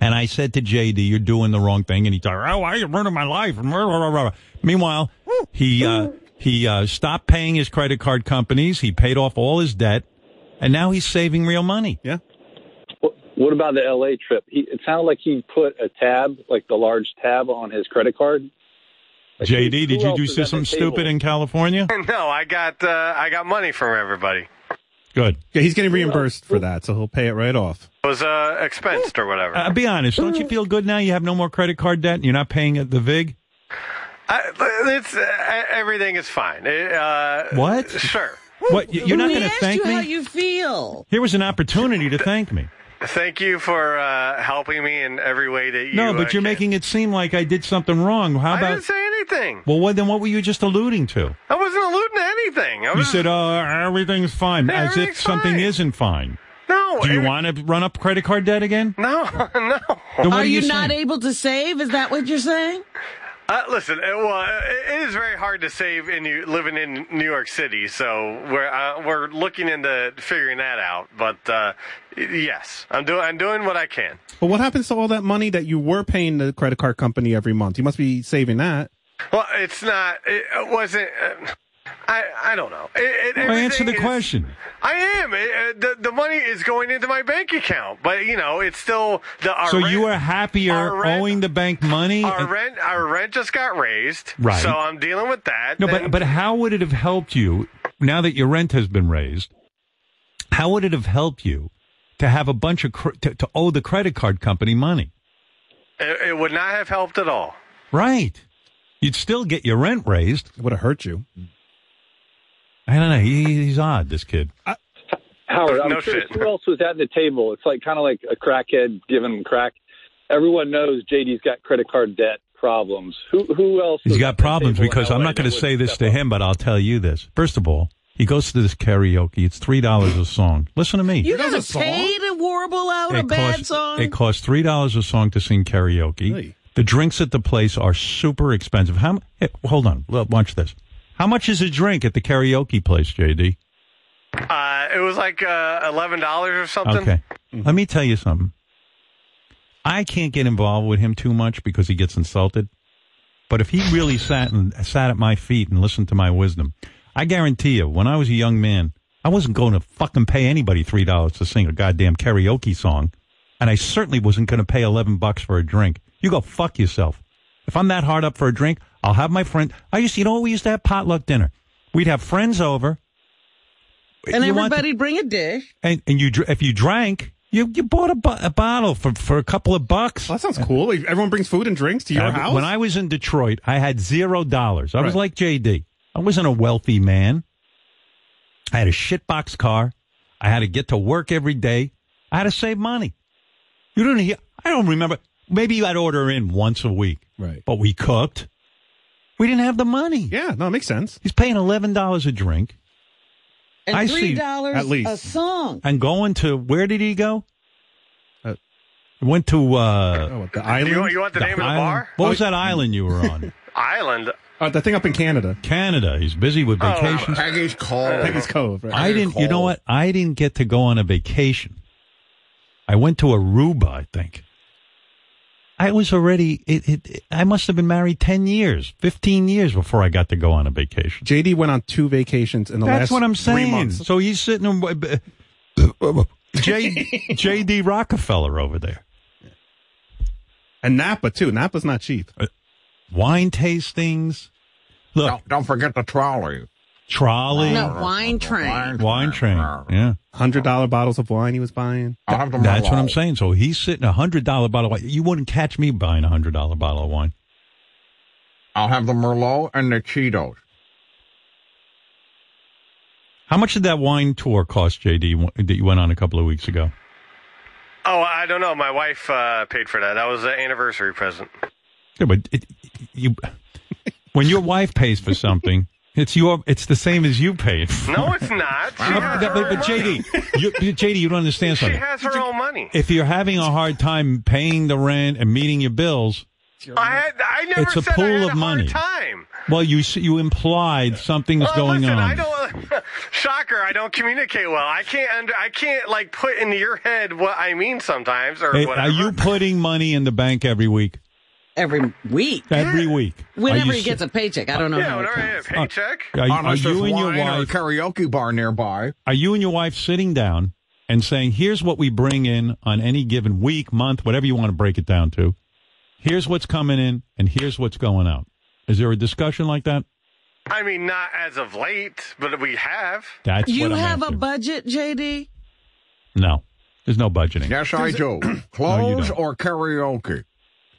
[SPEAKER 2] And I said to JD, "You're doing the wrong thing." And he's like, "Oh, I ruined my life." and blah, blah, blah, blah. Meanwhile, he uh, he uh, stopped paying his credit card companies. He paid off all his debt, and now he's saving real money. Yeah,
[SPEAKER 12] What about the LA trip? He, it sounded like he put a tab, like the large tab, on his credit card.
[SPEAKER 2] JD, did
[SPEAKER 12] who
[SPEAKER 2] you
[SPEAKER 12] else
[SPEAKER 2] do
[SPEAKER 12] is at
[SPEAKER 2] something
[SPEAKER 12] the
[SPEAKER 2] stupid
[SPEAKER 12] table?
[SPEAKER 2] in California?
[SPEAKER 13] *laughs* No, I got uh, I got money from everybody.
[SPEAKER 2] Good.
[SPEAKER 8] Yeah, he's getting reimbursed for that, so he'll pay it right off.
[SPEAKER 13] It was uh, expensed or whatever.
[SPEAKER 2] Uh, be honest, don't you feel good now? You have no more credit card debt, and you're not paying the vig.
[SPEAKER 13] I, it's uh, everything is fine. It, uh,
[SPEAKER 2] What?
[SPEAKER 13] Sure.
[SPEAKER 2] What? you- You're not
[SPEAKER 1] We
[SPEAKER 2] going to
[SPEAKER 1] asked
[SPEAKER 2] thank
[SPEAKER 1] you how
[SPEAKER 2] me.
[SPEAKER 1] you feel.
[SPEAKER 2] Here was an opportunity to thank me.
[SPEAKER 13] Thank you for uh, helping me in every way that you.
[SPEAKER 2] No,
[SPEAKER 13] uh,
[SPEAKER 2] but you're making it seem like I did something wrong. How
[SPEAKER 13] I
[SPEAKER 2] about?
[SPEAKER 13] didn't say anything.
[SPEAKER 2] well, what, then what were you just alluding to?
[SPEAKER 13] I wasn't alluding to anything. I
[SPEAKER 2] You
[SPEAKER 13] was
[SPEAKER 2] said, "Oh, everything's fine," as if something isn't fine.
[SPEAKER 13] No.
[SPEAKER 2] Do you want to run up credit card debt again?
[SPEAKER 13] Oh, No, no.
[SPEAKER 2] Then what
[SPEAKER 1] are
[SPEAKER 2] are
[SPEAKER 1] you,
[SPEAKER 2] you
[SPEAKER 1] not able to save? Is that what you're saying?
[SPEAKER 13] Uh, listen, it, well, uh, it- it is very hard to save in you living in New York City, so we're uh, we're looking into figuring that out. But uh, y- yes, I'm doing I'm doing what I can.
[SPEAKER 8] But what happens to all that money that you were paying the credit card company every month? You must be saving that.
[SPEAKER 13] Well, it's not. It wasn't. Uh, I I don't know. It, it,
[SPEAKER 2] Well, answer
[SPEAKER 13] everything
[SPEAKER 2] the
[SPEAKER 13] is-
[SPEAKER 2] question.
[SPEAKER 13] I am. It, uh, the the money is going into my bank account, but you know it's still the. Our
[SPEAKER 2] so
[SPEAKER 13] rent,
[SPEAKER 2] you are happier
[SPEAKER 13] our rent-
[SPEAKER 2] owing the bank money?
[SPEAKER 13] Our rent, our rent just got raised,
[SPEAKER 2] Right.
[SPEAKER 13] So I'm dealing with that.
[SPEAKER 2] no, but
[SPEAKER 13] and-
[SPEAKER 2] but how would it have helped you now that your rent has been raised? How would it have helped you to have a bunch of cr- to, to owe the credit card company money?
[SPEAKER 13] it, it would not have helped at all.
[SPEAKER 2] Right. You'd still get your rent raised. It would have hurt you. I don't know. He, he's odd. This kid.
[SPEAKER 12] Howard, I'm
[SPEAKER 2] No
[SPEAKER 12] curious,
[SPEAKER 2] shit.
[SPEAKER 12] who else was at the table? It's like kind of like a crackhead giving him crack. Everyone knows JD's got credit card debt problems. Who who else?
[SPEAKER 2] He's got problems because I'm not going to say this to him, but I'll tell you this. First of all, he goes to this karaoke. It's three dollars a song. Listen to me.
[SPEAKER 1] You gotta pay to warble out a bad song.
[SPEAKER 2] It costs three dollars a song to sing karaoke. The drinks at the place are super expensive. How? mu- Hey, hold on. Look, Watch this. How much is a drink at the karaoke place, JD?
[SPEAKER 13] Uh, it was like uh, eleven dollars or something.
[SPEAKER 2] Okay. Let me tell you something. I can't get involved with him too much because he gets insulted. But if he really sat and sat at my feet and listened to my wisdom, I guarantee you, when I was a young man, I wasn't going to fucking pay anybody three dollars to sing a goddamn karaoke song, and I certainly wasn't going to pay eleven bucks for a drink. You go fuck yourself. If I'm that hard up for a drink, I'll have my friend. I used, to, you know, we used to have potluck dinner. We'd have friends over,
[SPEAKER 1] and
[SPEAKER 2] you want-
[SPEAKER 1] everybody bring a dish.
[SPEAKER 2] and and you dr- if you drank, you you bought a, bo- a bottle for for a couple of bucks.
[SPEAKER 8] that sounds cool. Everyone brings food and drinks to your
[SPEAKER 2] Uh,
[SPEAKER 8] house.
[SPEAKER 2] When I was in Detroit, I had zero dollars. I was
[SPEAKER 8] Right.
[SPEAKER 2] like JD. I wasn't a wealthy man. I had a shitbox car. I had to get to work every day. I had to save money. You don't hear. I don't remember. Maybe I'd order in once a week. Right. But we cooked. We didn't have the money. Yeah, no, it makes sense. He's paying eleven dollars a drink.
[SPEAKER 1] And
[SPEAKER 2] I see.
[SPEAKER 1] three dollars
[SPEAKER 2] At least.
[SPEAKER 1] a song.
[SPEAKER 2] And going to where did he go? Uh, went to uh,
[SPEAKER 8] Oh, the
[SPEAKER 13] island? You want- you want the name of the
[SPEAKER 2] island?
[SPEAKER 13] bar?
[SPEAKER 2] What was
[SPEAKER 13] Oh,
[SPEAKER 2] that island you were on?
[SPEAKER 13] *laughs* Island.
[SPEAKER 8] *laughs* Uh, the thing up in Canada.
[SPEAKER 2] Canada. He's busy with
[SPEAKER 13] Oh,
[SPEAKER 2] vacations.
[SPEAKER 13] Peggy's Cove.
[SPEAKER 8] Uh, Peggy's Cove. Right?
[SPEAKER 2] I didn't. You know what? I didn't get to go on a vacation. I went to Aruba. I think. I was already. It, it, it- I must have been married ten years, fifteen years before I got to go on a vacation.
[SPEAKER 8] JD went on two vacations in the last
[SPEAKER 2] That's what I'm
[SPEAKER 8] three
[SPEAKER 2] saying.
[SPEAKER 8] months.
[SPEAKER 2] So he's sitting. in- uh, J,
[SPEAKER 13] *laughs*
[SPEAKER 8] *laughs*
[SPEAKER 2] JD Rockefeller over there.
[SPEAKER 8] And Napa too. Napa's not cheap.
[SPEAKER 2] Uh, wine tastings. Look,
[SPEAKER 14] don't, don't forget the trolley.
[SPEAKER 2] Trolley.
[SPEAKER 1] No, wine train.
[SPEAKER 2] Wine train. Yeah.
[SPEAKER 8] Hundred dollar bottles of wine he was buying.
[SPEAKER 2] That's what I'm saying. So he's sitting a hundred dollar bottle of wine. You wouldn't catch me buying a hundred dollar bottle of wine.
[SPEAKER 14] I'll have the Merlot and the Cheetos.
[SPEAKER 2] How much did that wine tour cost, JD, that you went on a couple of weeks ago?
[SPEAKER 13] Oh, I don't know. My wife uh, paid for that. That was an anniversary present.
[SPEAKER 2] Yeah, but it, you, when your wife pays for something, *laughs* it's your, it's the same as you paid. For.
[SPEAKER 13] *laughs* No,
[SPEAKER 2] *laughs*
[SPEAKER 13] it's not. She has
[SPEAKER 2] But,
[SPEAKER 13] her own
[SPEAKER 2] but JD, you, JD, you don't understand
[SPEAKER 13] money. She
[SPEAKER 2] something.
[SPEAKER 13] has her own money.
[SPEAKER 2] If you're having a hard time paying the rent and meeting your bills,
[SPEAKER 13] I had. I never
[SPEAKER 2] it's a
[SPEAKER 13] said
[SPEAKER 2] pool
[SPEAKER 13] I had
[SPEAKER 2] of
[SPEAKER 13] a
[SPEAKER 2] money.
[SPEAKER 13] Hard time.
[SPEAKER 2] well, you s- you implied something's
[SPEAKER 13] Well,
[SPEAKER 2] going
[SPEAKER 13] listen,
[SPEAKER 2] on.
[SPEAKER 13] I don't. *laughs* shocker! I don't communicate well. I can't. Under, I can't like put into your head what I mean sometimes or
[SPEAKER 2] Hey,
[SPEAKER 13] whatever.
[SPEAKER 2] are you putting money in the bank every week?
[SPEAKER 1] Every week.
[SPEAKER 2] Every week. Are
[SPEAKER 1] Whenever
[SPEAKER 2] you
[SPEAKER 1] he
[SPEAKER 2] s-
[SPEAKER 1] gets a paycheck, I don't know.
[SPEAKER 13] Yeah,
[SPEAKER 1] how it
[SPEAKER 13] whenever I
[SPEAKER 1] comes.
[SPEAKER 13] get a paycheck.
[SPEAKER 2] Are, you- are
[SPEAKER 14] Unless
[SPEAKER 2] you
[SPEAKER 14] there's
[SPEAKER 2] and your
[SPEAKER 14] wine or a
[SPEAKER 2] wife
[SPEAKER 14] karaoke bar nearby?
[SPEAKER 2] Are you and your wife sitting down and saying, "Here's what we bring in on any given week, month, whatever you want to break it down to. Here's what's coming in, and here's what's going out." Is there a discussion like that?
[SPEAKER 13] I mean, not as of late, but we have.
[SPEAKER 2] That's
[SPEAKER 1] You
[SPEAKER 2] what I'm
[SPEAKER 1] have a
[SPEAKER 2] after.
[SPEAKER 1] budget, JD?
[SPEAKER 2] no. There's no budgeting.
[SPEAKER 14] Yes, I do. Clothes or karaoke?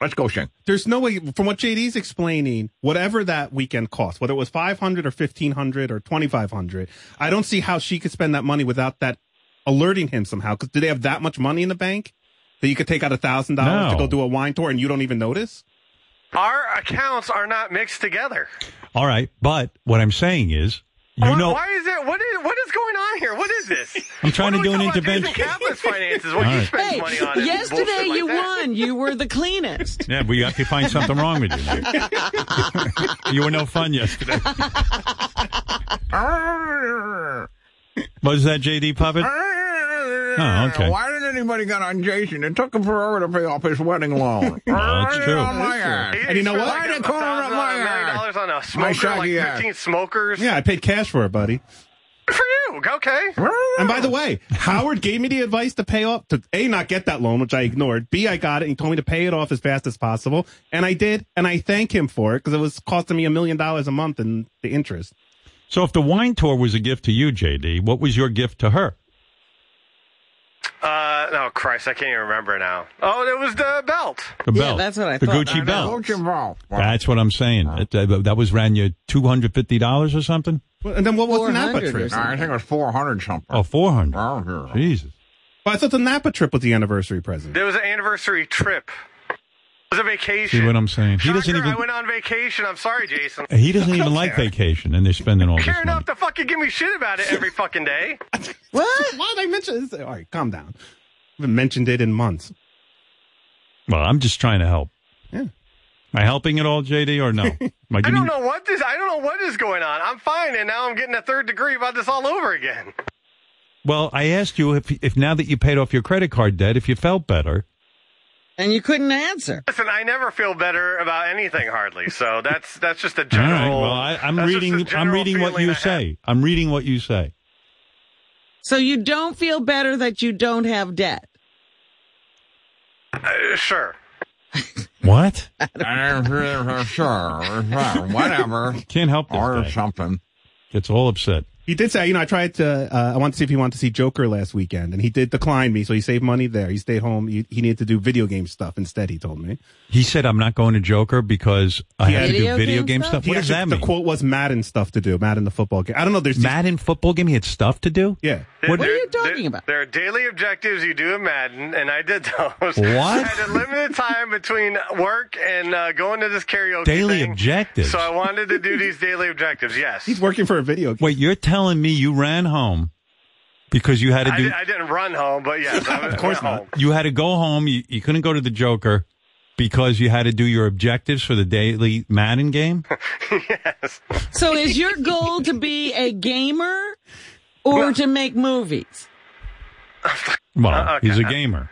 [SPEAKER 14] Let's go, Shane.
[SPEAKER 8] There's no way, from what JD's explaining, whatever that weekend cost, whether it was 500 or 1500 or 2500, I don't see how she could spend that money without that alerting him somehow. Because do they have that much money in the bank that you could take out a thousand dollars to
[SPEAKER 2] No.
[SPEAKER 8] go do a wine tour and you don't even notice?
[SPEAKER 13] Our accounts are not mixed together.
[SPEAKER 2] All right, but what I'm saying is, you
[SPEAKER 13] why,
[SPEAKER 2] know,
[SPEAKER 13] why is it? What is what is going on here? What is this?
[SPEAKER 2] I'm trying to do an intervention. *laughs*
[SPEAKER 13] Capitalist finances. What
[SPEAKER 2] All
[SPEAKER 13] you
[SPEAKER 2] right.
[SPEAKER 13] spend
[SPEAKER 1] Hey,
[SPEAKER 13] money on? is
[SPEAKER 1] yesterday
[SPEAKER 13] Uh, bullshit like
[SPEAKER 1] you
[SPEAKER 13] that.
[SPEAKER 1] won. You were the cleanest.
[SPEAKER 2] Yeah, we have to *laughs* find something wrong with you. you were no fun yesterday.
[SPEAKER 14] Ah,
[SPEAKER 2] Was that JD Puppet? Oh, okay.
[SPEAKER 14] Why didn't anybody get on Jason? It took him forever to pay off his wedding loan.
[SPEAKER 2] Well, that's
[SPEAKER 14] Right
[SPEAKER 2] true.
[SPEAKER 14] on my ass.
[SPEAKER 13] He
[SPEAKER 14] And you know
[SPEAKER 13] spent
[SPEAKER 14] what?
[SPEAKER 13] Like
[SPEAKER 14] Why
[SPEAKER 13] a
[SPEAKER 14] they call him
[SPEAKER 13] thousand
[SPEAKER 14] up my
[SPEAKER 13] on a million
[SPEAKER 14] ass?
[SPEAKER 13] dollars on a
[SPEAKER 14] My
[SPEAKER 13] smoker, like
[SPEAKER 14] shaggy ass.
[SPEAKER 13] fifteen smokers.
[SPEAKER 8] *laughs* Yeah, I paid cash for it, buddy.
[SPEAKER 13] for you. Okay.
[SPEAKER 8] And by the
[SPEAKER 2] *laughs*
[SPEAKER 8] way, Howard gave me the advice to pay off to A not get that loan, which I ignored. B I got it and he told me to pay it off as fast as possible, and I did, and I thank him for it because it was costing me a million dollars a month in the interest.
[SPEAKER 2] So if the wine tour was a gift to you, JD, what was your gift to her?
[SPEAKER 13] Uh, oh Christ, I can't even remember now. Oh, it was the belt.
[SPEAKER 2] The belt. the Gucci belt.
[SPEAKER 14] Gucci belt.
[SPEAKER 2] That's what I'm saying. That, that- that was ran you two hundred fifty dollars or something.
[SPEAKER 8] And then what was the Napa
[SPEAKER 14] 400 or
[SPEAKER 8] trip?
[SPEAKER 14] something. I think it was 400 something.
[SPEAKER 2] Oh, four hundred.
[SPEAKER 14] Oh,
[SPEAKER 2] Jesus.
[SPEAKER 8] Well, I thought the Napa trip was the anniversary present.
[SPEAKER 13] There was an anniversary trip. It was a vacation.
[SPEAKER 2] See what I'm saying? He doesn't
[SPEAKER 13] Shocker, I
[SPEAKER 2] even.
[SPEAKER 13] went on vacation. I'm sorry, Jason.
[SPEAKER 2] He doesn't even like vacation, and they're spending all this
[SPEAKER 13] Care
[SPEAKER 2] money.
[SPEAKER 13] enough to fucking give me shit about it every fucking
[SPEAKER 2] *laughs*
[SPEAKER 13] day.
[SPEAKER 1] What?
[SPEAKER 8] *laughs* Why did I mention this? All right, calm down. I haven't mentioned it in months.
[SPEAKER 2] Well, I'm just trying to help.
[SPEAKER 8] Yeah.
[SPEAKER 2] Am I helping at all, JD,
[SPEAKER 8] *laughs*
[SPEAKER 2] or no? Am
[SPEAKER 13] I
[SPEAKER 2] giving
[SPEAKER 13] don't
[SPEAKER 2] you-
[SPEAKER 13] know what this. I don't know what is going on. I'm fine, and now I'm getting a third degree about this all over again.
[SPEAKER 2] Well, I asked you if, if now that you paid off your credit card debt, if you felt better.
[SPEAKER 1] And you couldn't answer.
[SPEAKER 13] Listen, I never feel better about anything hardly. So that's that's just a
[SPEAKER 2] *laughs* All right.
[SPEAKER 13] general.
[SPEAKER 2] Well, I, I'm
[SPEAKER 13] that's just a
[SPEAKER 2] reading. I'm
[SPEAKER 13] general
[SPEAKER 2] reading what
[SPEAKER 13] feeling I
[SPEAKER 2] you
[SPEAKER 13] have.
[SPEAKER 2] say. I'm reading what you say.
[SPEAKER 1] *laughs* So you don't feel better that you don't have debt.
[SPEAKER 13] Uh, sure.
[SPEAKER 2] What?
[SPEAKER 14] sure. Whatever.
[SPEAKER 2] Can't help this
[SPEAKER 14] Or
[SPEAKER 2] guy.
[SPEAKER 14] something.
[SPEAKER 2] Gets all upset.
[SPEAKER 8] He did say, you know, I tried to, uh, I wanted to see if he wanted to see Joker last weekend, and he did decline me, so he saved money there. He stayed home. He, he needed to do video game stuff instead, he told me.
[SPEAKER 2] He said, "I'm not going to Joker because I
[SPEAKER 8] He
[SPEAKER 2] have to
[SPEAKER 8] had-
[SPEAKER 2] do video game stuff."
[SPEAKER 8] He
[SPEAKER 2] What does
[SPEAKER 8] actually-
[SPEAKER 2] that
[SPEAKER 8] The
[SPEAKER 2] mean?
[SPEAKER 8] quote was Madden stuff to do, Madden the football game. I don't know. There's these-
[SPEAKER 2] Madden football game. He had stuff to do.
[SPEAKER 8] yeah.
[SPEAKER 2] What-
[SPEAKER 1] What are you talking about?
[SPEAKER 13] There are daily objectives you do in Madden, and I did those.
[SPEAKER 2] What?
[SPEAKER 13] *laughs* I had a limited time between work and uh, going to this karaoke.
[SPEAKER 2] Daily
[SPEAKER 13] thing.
[SPEAKER 2] objectives?
[SPEAKER 13] So I wanted to do these daily objectives. Yes.
[SPEAKER 8] He's working for a video game.
[SPEAKER 2] Wait, you're telling me you ran home because you had to
[SPEAKER 13] I,
[SPEAKER 2] do?
[SPEAKER 13] did, I didn't run home, but yes,
[SPEAKER 2] *laughs*
[SPEAKER 13] I was, of
[SPEAKER 8] course not.
[SPEAKER 13] home.
[SPEAKER 2] you had to go home. You, you couldn't go to the Joker because you had to do your objectives for the daily
[SPEAKER 13] *laughs*
[SPEAKER 2] Madden game.
[SPEAKER 13] yes.
[SPEAKER 1] So is your goal to be a gamer or to make movies?
[SPEAKER 2] Well,
[SPEAKER 13] Uh, okay.
[SPEAKER 2] he's a gamer.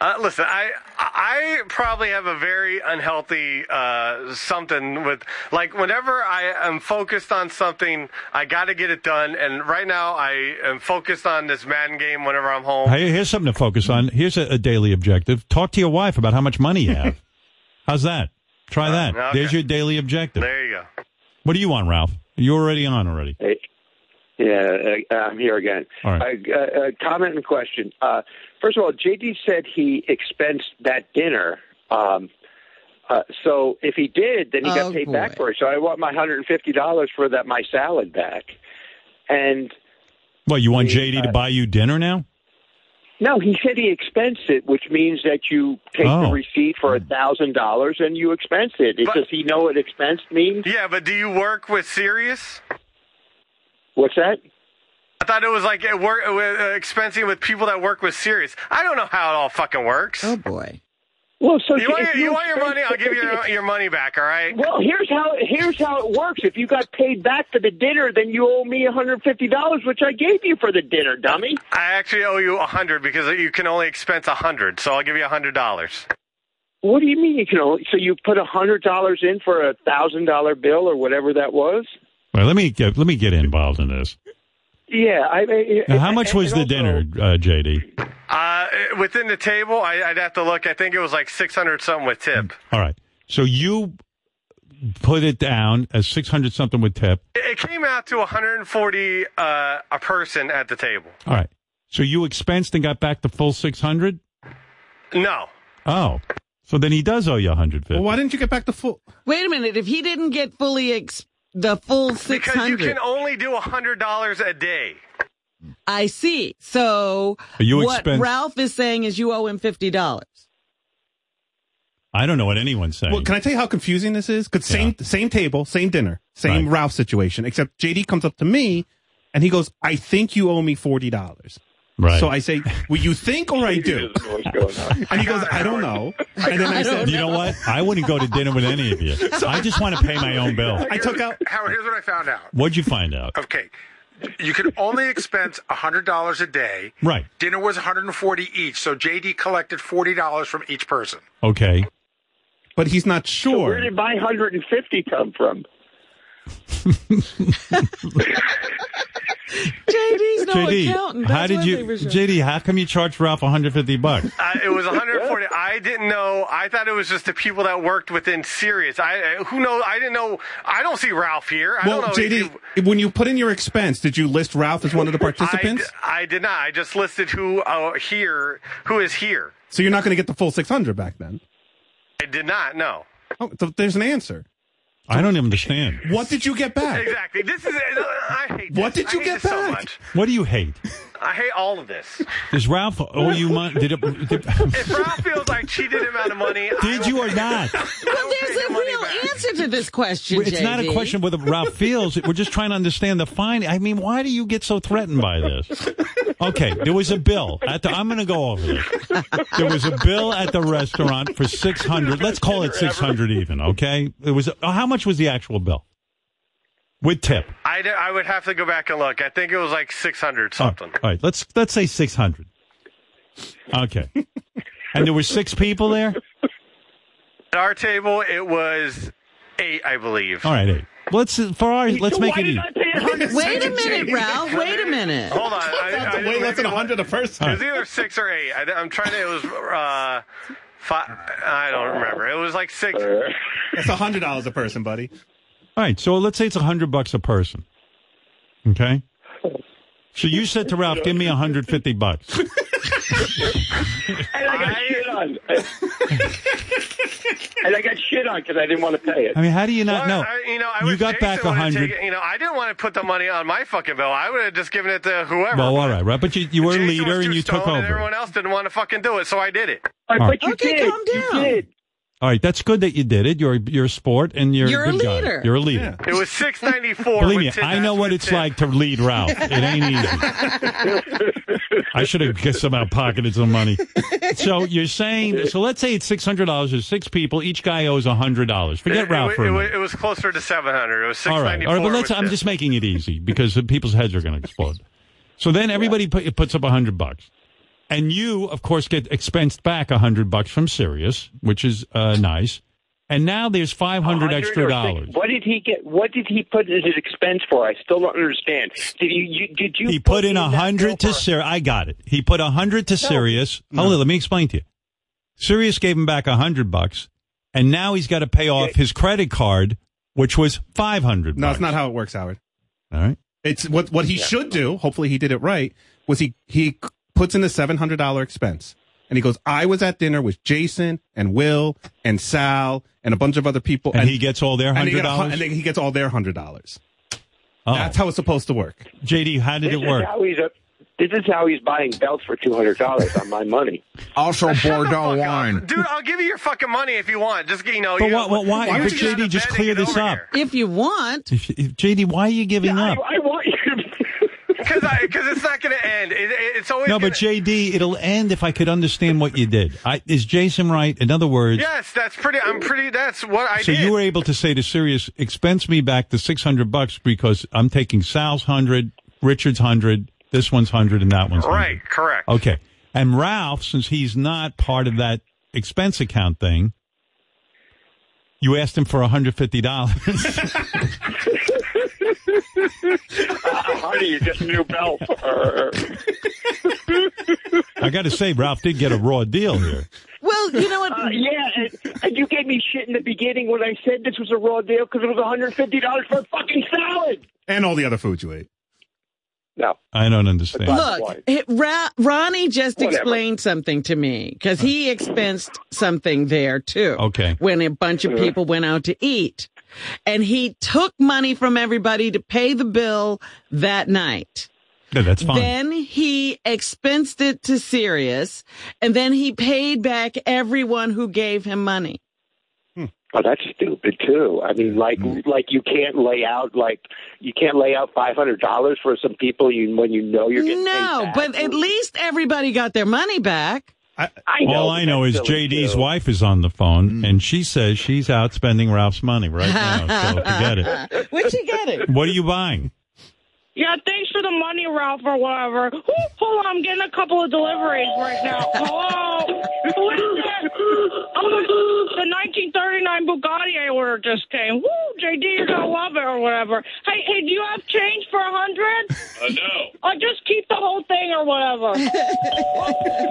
[SPEAKER 13] Uh, listen, I I probably have a very unhealthy uh, something with like whenever I am focused on something, I got to get it done. And right now, I am focused on this Madden game. Whenever I'm home,
[SPEAKER 2] Hey, here's something to focus on. Here's a, a daily objective. Talk to your wife about how much money
[SPEAKER 13] *laughs*
[SPEAKER 2] you have. How's that? Try that.
[SPEAKER 13] okay.
[SPEAKER 2] There's your daily objective.
[SPEAKER 13] there you go.
[SPEAKER 2] What do you want, Ralph? You're already on already.
[SPEAKER 5] Hey, yeah, uh, I'm here again.
[SPEAKER 2] All
[SPEAKER 5] Uh, uh, comment and question. Uh, first of all, JD said he expensed that dinner. Um, uh, so if he did, then he got paid back for it. So I want my hundred and fifty dollars for that my salad back. And
[SPEAKER 2] What, you want JD to buy you dinner now?
[SPEAKER 5] no, he said he expensed it, which means that you take
[SPEAKER 2] Oh.
[SPEAKER 5] the receipt for a thousand dollars and you expense it. It- Does he know what expense means?
[SPEAKER 13] Yeah, but do you work with Sirius?
[SPEAKER 5] What's that?
[SPEAKER 13] I thought it was like it work, uh, expensing with people that work with Sirius. I don't know how it all fucking works.
[SPEAKER 1] Oh boy.
[SPEAKER 5] Well, so
[SPEAKER 13] you want,
[SPEAKER 5] if
[SPEAKER 13] your-
[SPEAKER 5] you
[SPEAKER 13] you want your
[SPEAKER 5] expense
[SPEAKER 13] money?
[SPEAKER 5] it-
[SPEAKER 13] I'll give
[SPEAKER 5] *laughs*
[SPEAKER 13] you your, your money back. All right.
[SPEAKER 5] Well, here's how here's how it works. If you got paid back for the dinner, then you owe me $150, which I gave you for the dinner, dummy.
[SPEAKER 13] I actually owe you a hundred because you can only expense a hundred. So I'll give you a hundred dollars.
[SPEAKER 5] What do you mean you can only? So you put $100 in for a $1,000 bill or whatever that was?
[SPEAKER 2] Well, let me get, let me get involved in this.
[SPEAKER 5] Yeah, I mean,
[SPEAKER 2] Now, how much was the dinner, uh, JD?
[SPEAKER 13] Uh, within the table, I, I'd have to look. I think it was like six hundred something with tip.
[SPEAKER 2] All right. So you put it down as 600 something with tip.
[SPEAKER 13] It, it came out to one hundred and forty uh, a person at the table.
[SPEAKER 2] All right. So you expensed and got back the full 600?
[SPEAKER 13] No.
[SPEAKER 2] Oh. So then he does owe you 150.
[SPEAKER 8] Why didn't you get back the full?
[SPEAKER 1] Wait a minute. If he didn't get fully ex- the full six
[SPEAKER 13] Because you
[SPEAKER 1] hundred,
[SPEAKER 13] can only do a hundred dollars a day.
[SPEAKER 1] I see. So
[SPEAKER 2] You
[SPEAKER 1] what
[SPEAKER 2] expense-
[SPEAKER 1] Ralph is saying is you owe him fifty dollars.
[SPEAKER 2] I don't know what anyone's saying.
[SPEAKER 8] Well, can I tell you how confusing this is? Because same same table, same dinner, same Ralph situation, except JD comes up to me and he goes, "I think you owe me forty dollars."
[SPEAKER 2] Right.
[SPEAKER 8] So I say, "Well, you
[SPEAKER 15] *laughs*
[SPEAKER 8] think or I do?" and he goes, "I don't know." And then I, said,
[SPEAKER 2] you know what? I wouldn't go to dinner with any
[SPEAKER 8] *laughs*
[SPEAKER 2] of you. I just want to pay my own bill.
[SPEAKER 8] I took out.
[SPEAKER 15] Howard, here's what I found out.
[SPEAKER 2] What'd you find out?
[SPEAKER 1] *laughs*
[SPEAKER 15] Okay. You can only expense $100 a day.
[SPEAKER 2] Right.
[SPEAKER 15] Dinner was 140 each, so JD collected $40 from each person.
[SPEAKER 2] Okay.
[SPEAKER 8] But he's not
[SPEAKER 5] So
[SPEAKER 8] sure.
[SPEAKER 5] where did my 150 come from?
[SPEAKER 1] JD's no accountant.
[SPEAKER 2] how
[SPEAKER 1] That's
[SPEAKER 2] did
[SPEAKER 1] one
[SPEAKER 2] you,
[SPEAKER 1] thing for sure.
[SPEAKER 2] JD? How come you charged Ralph 150 bucks?
[SPEAKER 8] *laughs*
[SPEAKER 13] Uh, it
[SPEAKER 5] *laughs*
[SPEAKER 13] was 140. I didn't know. I thought it was just the people that worked within Sirius. I I- who knows? I didn't know. I don't see Ralph here. I
[SPEAKER 8] well,
[SPEAKER 13] don't know.
[SPEAKER 8] JD, when you put in your expense, did you list Ralph as one of the
[SPEAKER 13] *laughs* I,
[SPEAKER 8] participants?
[SPEAKER 13] d- I did not. I just listed who uh, here. Who is here?
[SPEAKER 8] so you're not going to get the full six hundred back then.
[SPEAKER 13] I did not know.
[SPEAKER 8] Oh, so there's an answer.
[SPEAKER 2] I don't even understand.
[SPEAKER 8] What did you
[SPEAKER 13] *laughs*
[SPEAKER 8] get back?
[SPEAKER 13] Exactly. This is. uh, I hate.
[SPEAKER 8] What
[SPEAKER 13] this.
[SPEAKER 8] did you
[SPEAKER 13] I hate
[SPEAKER 8] get
[SPEAKER 13] this So
[SPEAKER 8] back?
[SPEAKER 13] much.
[SPEAKER 2] What do you hate?
[SPEAKER 13] I hate all of
[SPEAKER 8] *laughs*
[SPEAKER 13] this.
[SPEAKER 2] Does Ralph owe you money? Did, it, did, *laughs*
[SPEAKER 13] If Ralph feels I cheated him out of money,
[SPEAKER 2] did you or
[SPEAKER 1] *laughs*
[SPEAKER 2] not?
[SPEAKER 1] Well, there's a real answer to this question.
[SPEAKER 2] It's not a
[SPEAKER 1] JD.
[SPEAKER 2] question whether Ralph feels. We're just trying to understand the fine. I mean, why do you get so threatened by this? Okay, there was a bill. At the, I'm going to go over this. There was a bill at the restaurant for 600. Let's call it 600 even. Okay, it was. oh, How much was the actual bill with tip?
[SPEAKER 13] I, d- I would have to go back and look. I think it was like 600
[SPEAKER 2] Oh,
[SPEAKER 13] something.
[SPEAKER 2] all right, let's let's say 600. Okay, and there were six people there.
[SPEAKER 13] At our table, it was eight, I believe.
[SPEAKER 2] All right, eight. Let's for our let's make it easy.
[SPEAKER 1] Wait
[SPEAKER 8] *laughs*
[SPEAKER 1] a minute, Ralph. Wait a minute.
[SPEAKER 13] Hold on. I, I,
[SPEAKER 8] Way less than hundred a
[SPEAKER 13] It
[SPEAKER 8] person.
[SPEAKER 13] was either six or eight. I, am trying to. It was uh, five. I don't remember. It was like six.
[SPEAKER 5] Uh,
[SPEAKER 8] That's a hundred dollars a person, buddy.
[SPEAKER 2] All right, so let's say it's a hundred bucks a person. Okay. So you said to Ralph, "Give me a hundred fifty bucks."
[SPEAKER 5] And *laughs* I got shit on. and I got shit on because I didn't want to pay it.
[SPEAKER 2] I mean, how do you not know?
[SPEAKER 13] I, you know, I
[SPEAKER 2] you
[SPEAKER 13] wish
[SPEAKER 2] got
[SPEAKER 13] Jason
[SPEAKER 2] back a
[SPEAKER 13] would've
[SPEAKER 2] hundred.
[SPEAKER 13] taken- You know, I didn't want to put the money on my fucking bill. I would have just given it to whoever.
[SPEAKER 2] Well, all right, right, but you, you were a
[SPEAKER 13] Jason was
[SPEAKER 2] leader
[SPEAKER 13] too
[SPEAKER 2] and you took
[SPEAKER 13] stoned And
[SPEAKER 2] over.
[SPEAKER 13] everyone else didn't want to fucking do it, so I did it.
[SPEAKER 2] All right. but
[SPEAKER 5] you
[SPEAKER 1] okay,
[SPEAKER 5] did.
[SPEAKER 1] calm down.
[SPEAKER 2] All right, that's good that you did it. You're you're a sport and you're,
[SPEAKER 1] You're a
[SPEAKER 2] good guy.
[SPEAKER 1] leader.
[SPEAKER 2] You're a leader.
[SPEAKER 13] It was six ninety four.
[SPEAKER 2] Believe me, I know what it's like to lead Ralph. It ain't
[SPEAKER 13] *laughs*
[SPEAKER 2] easy. I should have just somehow pocketed some money. So you're saying? So let's say it's six hundred dollars. There's six people. Each guy owes hundred dollars. Forget
[SPEAKER 13] it,
[SPEAKER 2] Ralph
[SPEAKER 13] it,
[SPEAKER 2] for a
[SPEAKER 13] it,
[SPEAKER 2] minute.
[SPEAKER 13] was, it was closer to seven hundred. It was six
[SPEAKER 2] All
[SPEAKER 13] ninety
[SPEAKER 2] right,
[SPEAKER 13] four.
[SPEAKER 2] all right, but let's. I'm just making it easy because *laughs* the people's heads are going to explode. So then everybody put, puts up a hundred bucks, and you, of course, get expensed back a hundred bucks from Sirius, which is uh, nice. And now there's five hundred extra dollars.
[SPEAKER 5] What did he get? What did he put in his expense for? I still don't understand. Did he? You, did you?
[SPEAKER 2] He put in a hundred to Sirius. I got it. He put a hundred to Sirius. Hold on, let me explain to you. Sirius gave him back a hundred bucks, and now he's got to pay off his credit card which was 500
[SPEAKER 8] No, it's not how it works, Howard.
[SPEAKER 2] All right.
[SPEAKER 8] It's what what he should do. Hopefully, he did it right. Was he he c- puts in a seven hundred dollar expense, and he goes, "I was at dinner with Jason and Will and Sal and a bunch of other people,
[SPEAKER 2] And he gets all their
[SPEAKER 8] and he get a hun-
[SPEAKER 2] $100?
[SPEAKER 8] and then he gets all their hundred dollars."
[SPEAKER 2] Oh.
[SPEAKER 8] That's how it's supposed to work.
[SPEAKER 2] JD, how
[SPEAKER 8] did
[SPEAKER 5] This is how he's a, this is how he's buying belts for two hundred dollars on my money. *laughs*
[SPEAKER 14] Also, Bordeaux
[SPEAKER 13] wine. Dude, I'll give you your fucking money if you want. Just you know.
[SPEAKER 2] But
[SPEAKER 13] you,
[SPEAKER 2] why- why- why-
[SPEAKER 13] you
[SPEAKER 2] but
[SPEAKER 13] just get
[SPEAKER 2] JD,
[SPEAKER 13] out of
[SPEAKER 2] just
[SPEAKER 13] bed and
[SPEAKER 2] clear
[SPEAKER 13] get
[SPEAKER 2] this
[SPEAKER 13] over
[SPEAKER 2] up.
[SPEAKER 13] here.
[SPEAKER 1] If you want.
[SPEAKER 2] If- if- JD, why are you giving up?
[SPEAKER 13] I want you
[SPEAKER 2] *laughs*
[SPEAKER 13] *laughs* because because it's not going to end. It, it, it's always
[SPEAKER 2] no,
[SPEAKER 13] gonna,
[SPEAKER 2] but JD, it'll end if I could understand what you did. I, is Jason right? In other words,
[SPEAKER 13] yes, that's pretty. I'm pretty. That's what I
[SPEAKER 2] so
[SPEAKER 13] did.
[SPEAKER 2] you were able to say to Sirius, expense me back the 600 bucks because I'm taking Sal's 100, Richard's 100, this one's 100, and that one's 100.
[SPEAKER 13] right, correct.
[SPEAKER 2] Okay. And Ralph, since he's not part of that expense account thing, you asked him for $150.
[SPEAKER 5] Uh, honey, you get a new belt.
[SPEAKER 2] *laughs* I got to say, Ralph did get a raw deal here.
[SPEAKER 1] Well, you know what?
[SPEAKER 5] Uh, yeah, and, and you gave me shit in the beginning when I said this was a raw deal because it was one hundred fifty dollars for a fucking salad.
[SPEAKER 8] *laughs* and all the other food you ate.
[SPEAKER 5] No,
[SPEAKER 2] I don't understand.
[SPEAKER 1] Look, it, Ra- Ronnie just
[SPEAKER 2] Whatever.
[SPEAKER 1] explained something to me because he expensed something there too.
[SPEAKER 2] Okay.
[SPEAKER 1] When a bunch of
[SPEAKER 2] Yeah.
[SPEAKER 1] people went out to eat. And he took money from everybody to pay the bill that night.
[SPEAKER 2] Yeah, that's fine.
[SPEAKER 1] Then he expensed it to Sirius and then he paid back everyone who gave him money.
[SPEAKER 5] Oh, that's stupid too. I mean, like, like you can't lay out like you can't lay out five hundred dollars for some people you when you know you're getting paid
[SPEAKER 1] No,
[SPEAKER 5] back.
[SPEAKER 1] but at least everybody got their money back.
[SPEAKER 5] I know,
[SPEAKER 2] All I know is
[SPEAKER 5] that's silly,
[SPEAKER 2] JD's
[SPEAKER 5] too.
[SPEAKER 2] wife is on the phone, and she says she's out spending Ralph's money right
[SPEAKER 10] *laughs*
[SPEAKER 1] *laughs*
[SPEAKER 2] now. So forget it.
[SPEAKER 1] Where'd you get it?
[SPEAKER 2] What are you buying?
[SPEAKER 10] Yeah, thanks for the money, Ralph, or whatever. Whew, hold on, I'm getting a couple of deliveries right now. Hello? What is that? Oh, the 1939 Bugatti I ordered just came. Woo, JD, you're going to love it, or whatever. Hey, hey, do you have change for a 100?
[SPEAKER 7] Uh, no.
[SPEAKER 10] Or just keep the whole thing, or whatever.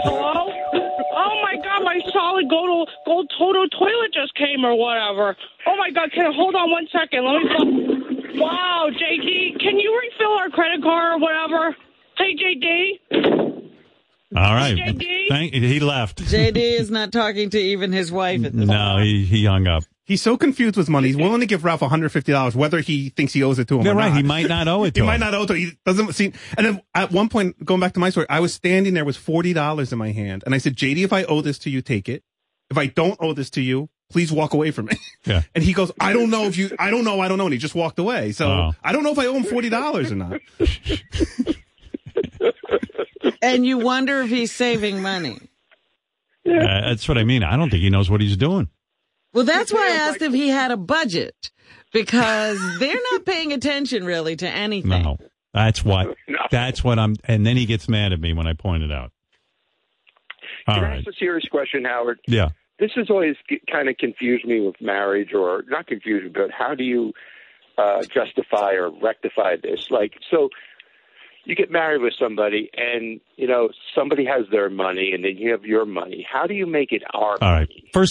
[SPEAKER 10] Hello? Oh, my God, my solid gold, gold Toto toilet just came, or whatever. Oh, my God, can hold on one second? Let me... Wow, JD, can you refill our credit card or whatever? Hey, JD.
[SPEAKER 2] All right.
[SPEAKER 10] JD?
[SPEAKER 2] Thank, he left.
[SPEAKER 1] JD is not talking to even his wife at this
[SPEAKER 2] No, he, he hung up.
[SPEAKER 8] He's so confused with money. He's willing to give Ralph one hundred fifty dollars, whether he thinks he owes it to him.
[SPEAKER 2] Yeah,
[SPEAKER 8] or
[SPEAKER 2] right.
[SPEAKER 8] Not.
[SPEAKER 2] He might not owe it
[SPEAKER 8] *laughs*
[SPEAKER 2] to
[SPEAKER 8] he might
[SPEAKER 2] him.
[SPEAKER 8] not owe it. To him. He doesn't see. And then at one point, going back to my story, I was standing there with forty dollars in my hand, and I said, "JD, if I owe this to you, take it. If I don't owe this to you, please walk away from it." *laughs*
[SPEAKER 2] Yeah.
[SPEAKER 8] And he goes, "I don't know if you. I don't know. I don't know." And he just walked away. So
[SPEAKER 2] Wow.
[SPEAKER 8] I don't know if I owe him forty dollars or not.
[SPEAKER 1] And you wonder if he's saving money.
[SPEAKER 2] Uh, that's what I mean. I don't think he knows what he's doing.
[SPEAKER 1] Well, that's why I asked if he had a budget because they're not paying attention really to anything.
[SPEAKER 2] No. That's what. That's what I'm. And then he gets mad at me when I point it out. All
[SPEAKER 5] Can I
[SPEAKER 2] right.
[SPEAKER 5] ask a serious question, Howard?
[SPEAKER 2] Yeah.
[SPEAKER 5] This has always kind of confused me with marriage, or not confused, me, but how do you uh, justify or rectify this? Like, so you get married with somebody, and you know somebody has their money, and then you have your money. How do you make it our?
[SPEAKER 2] All right. First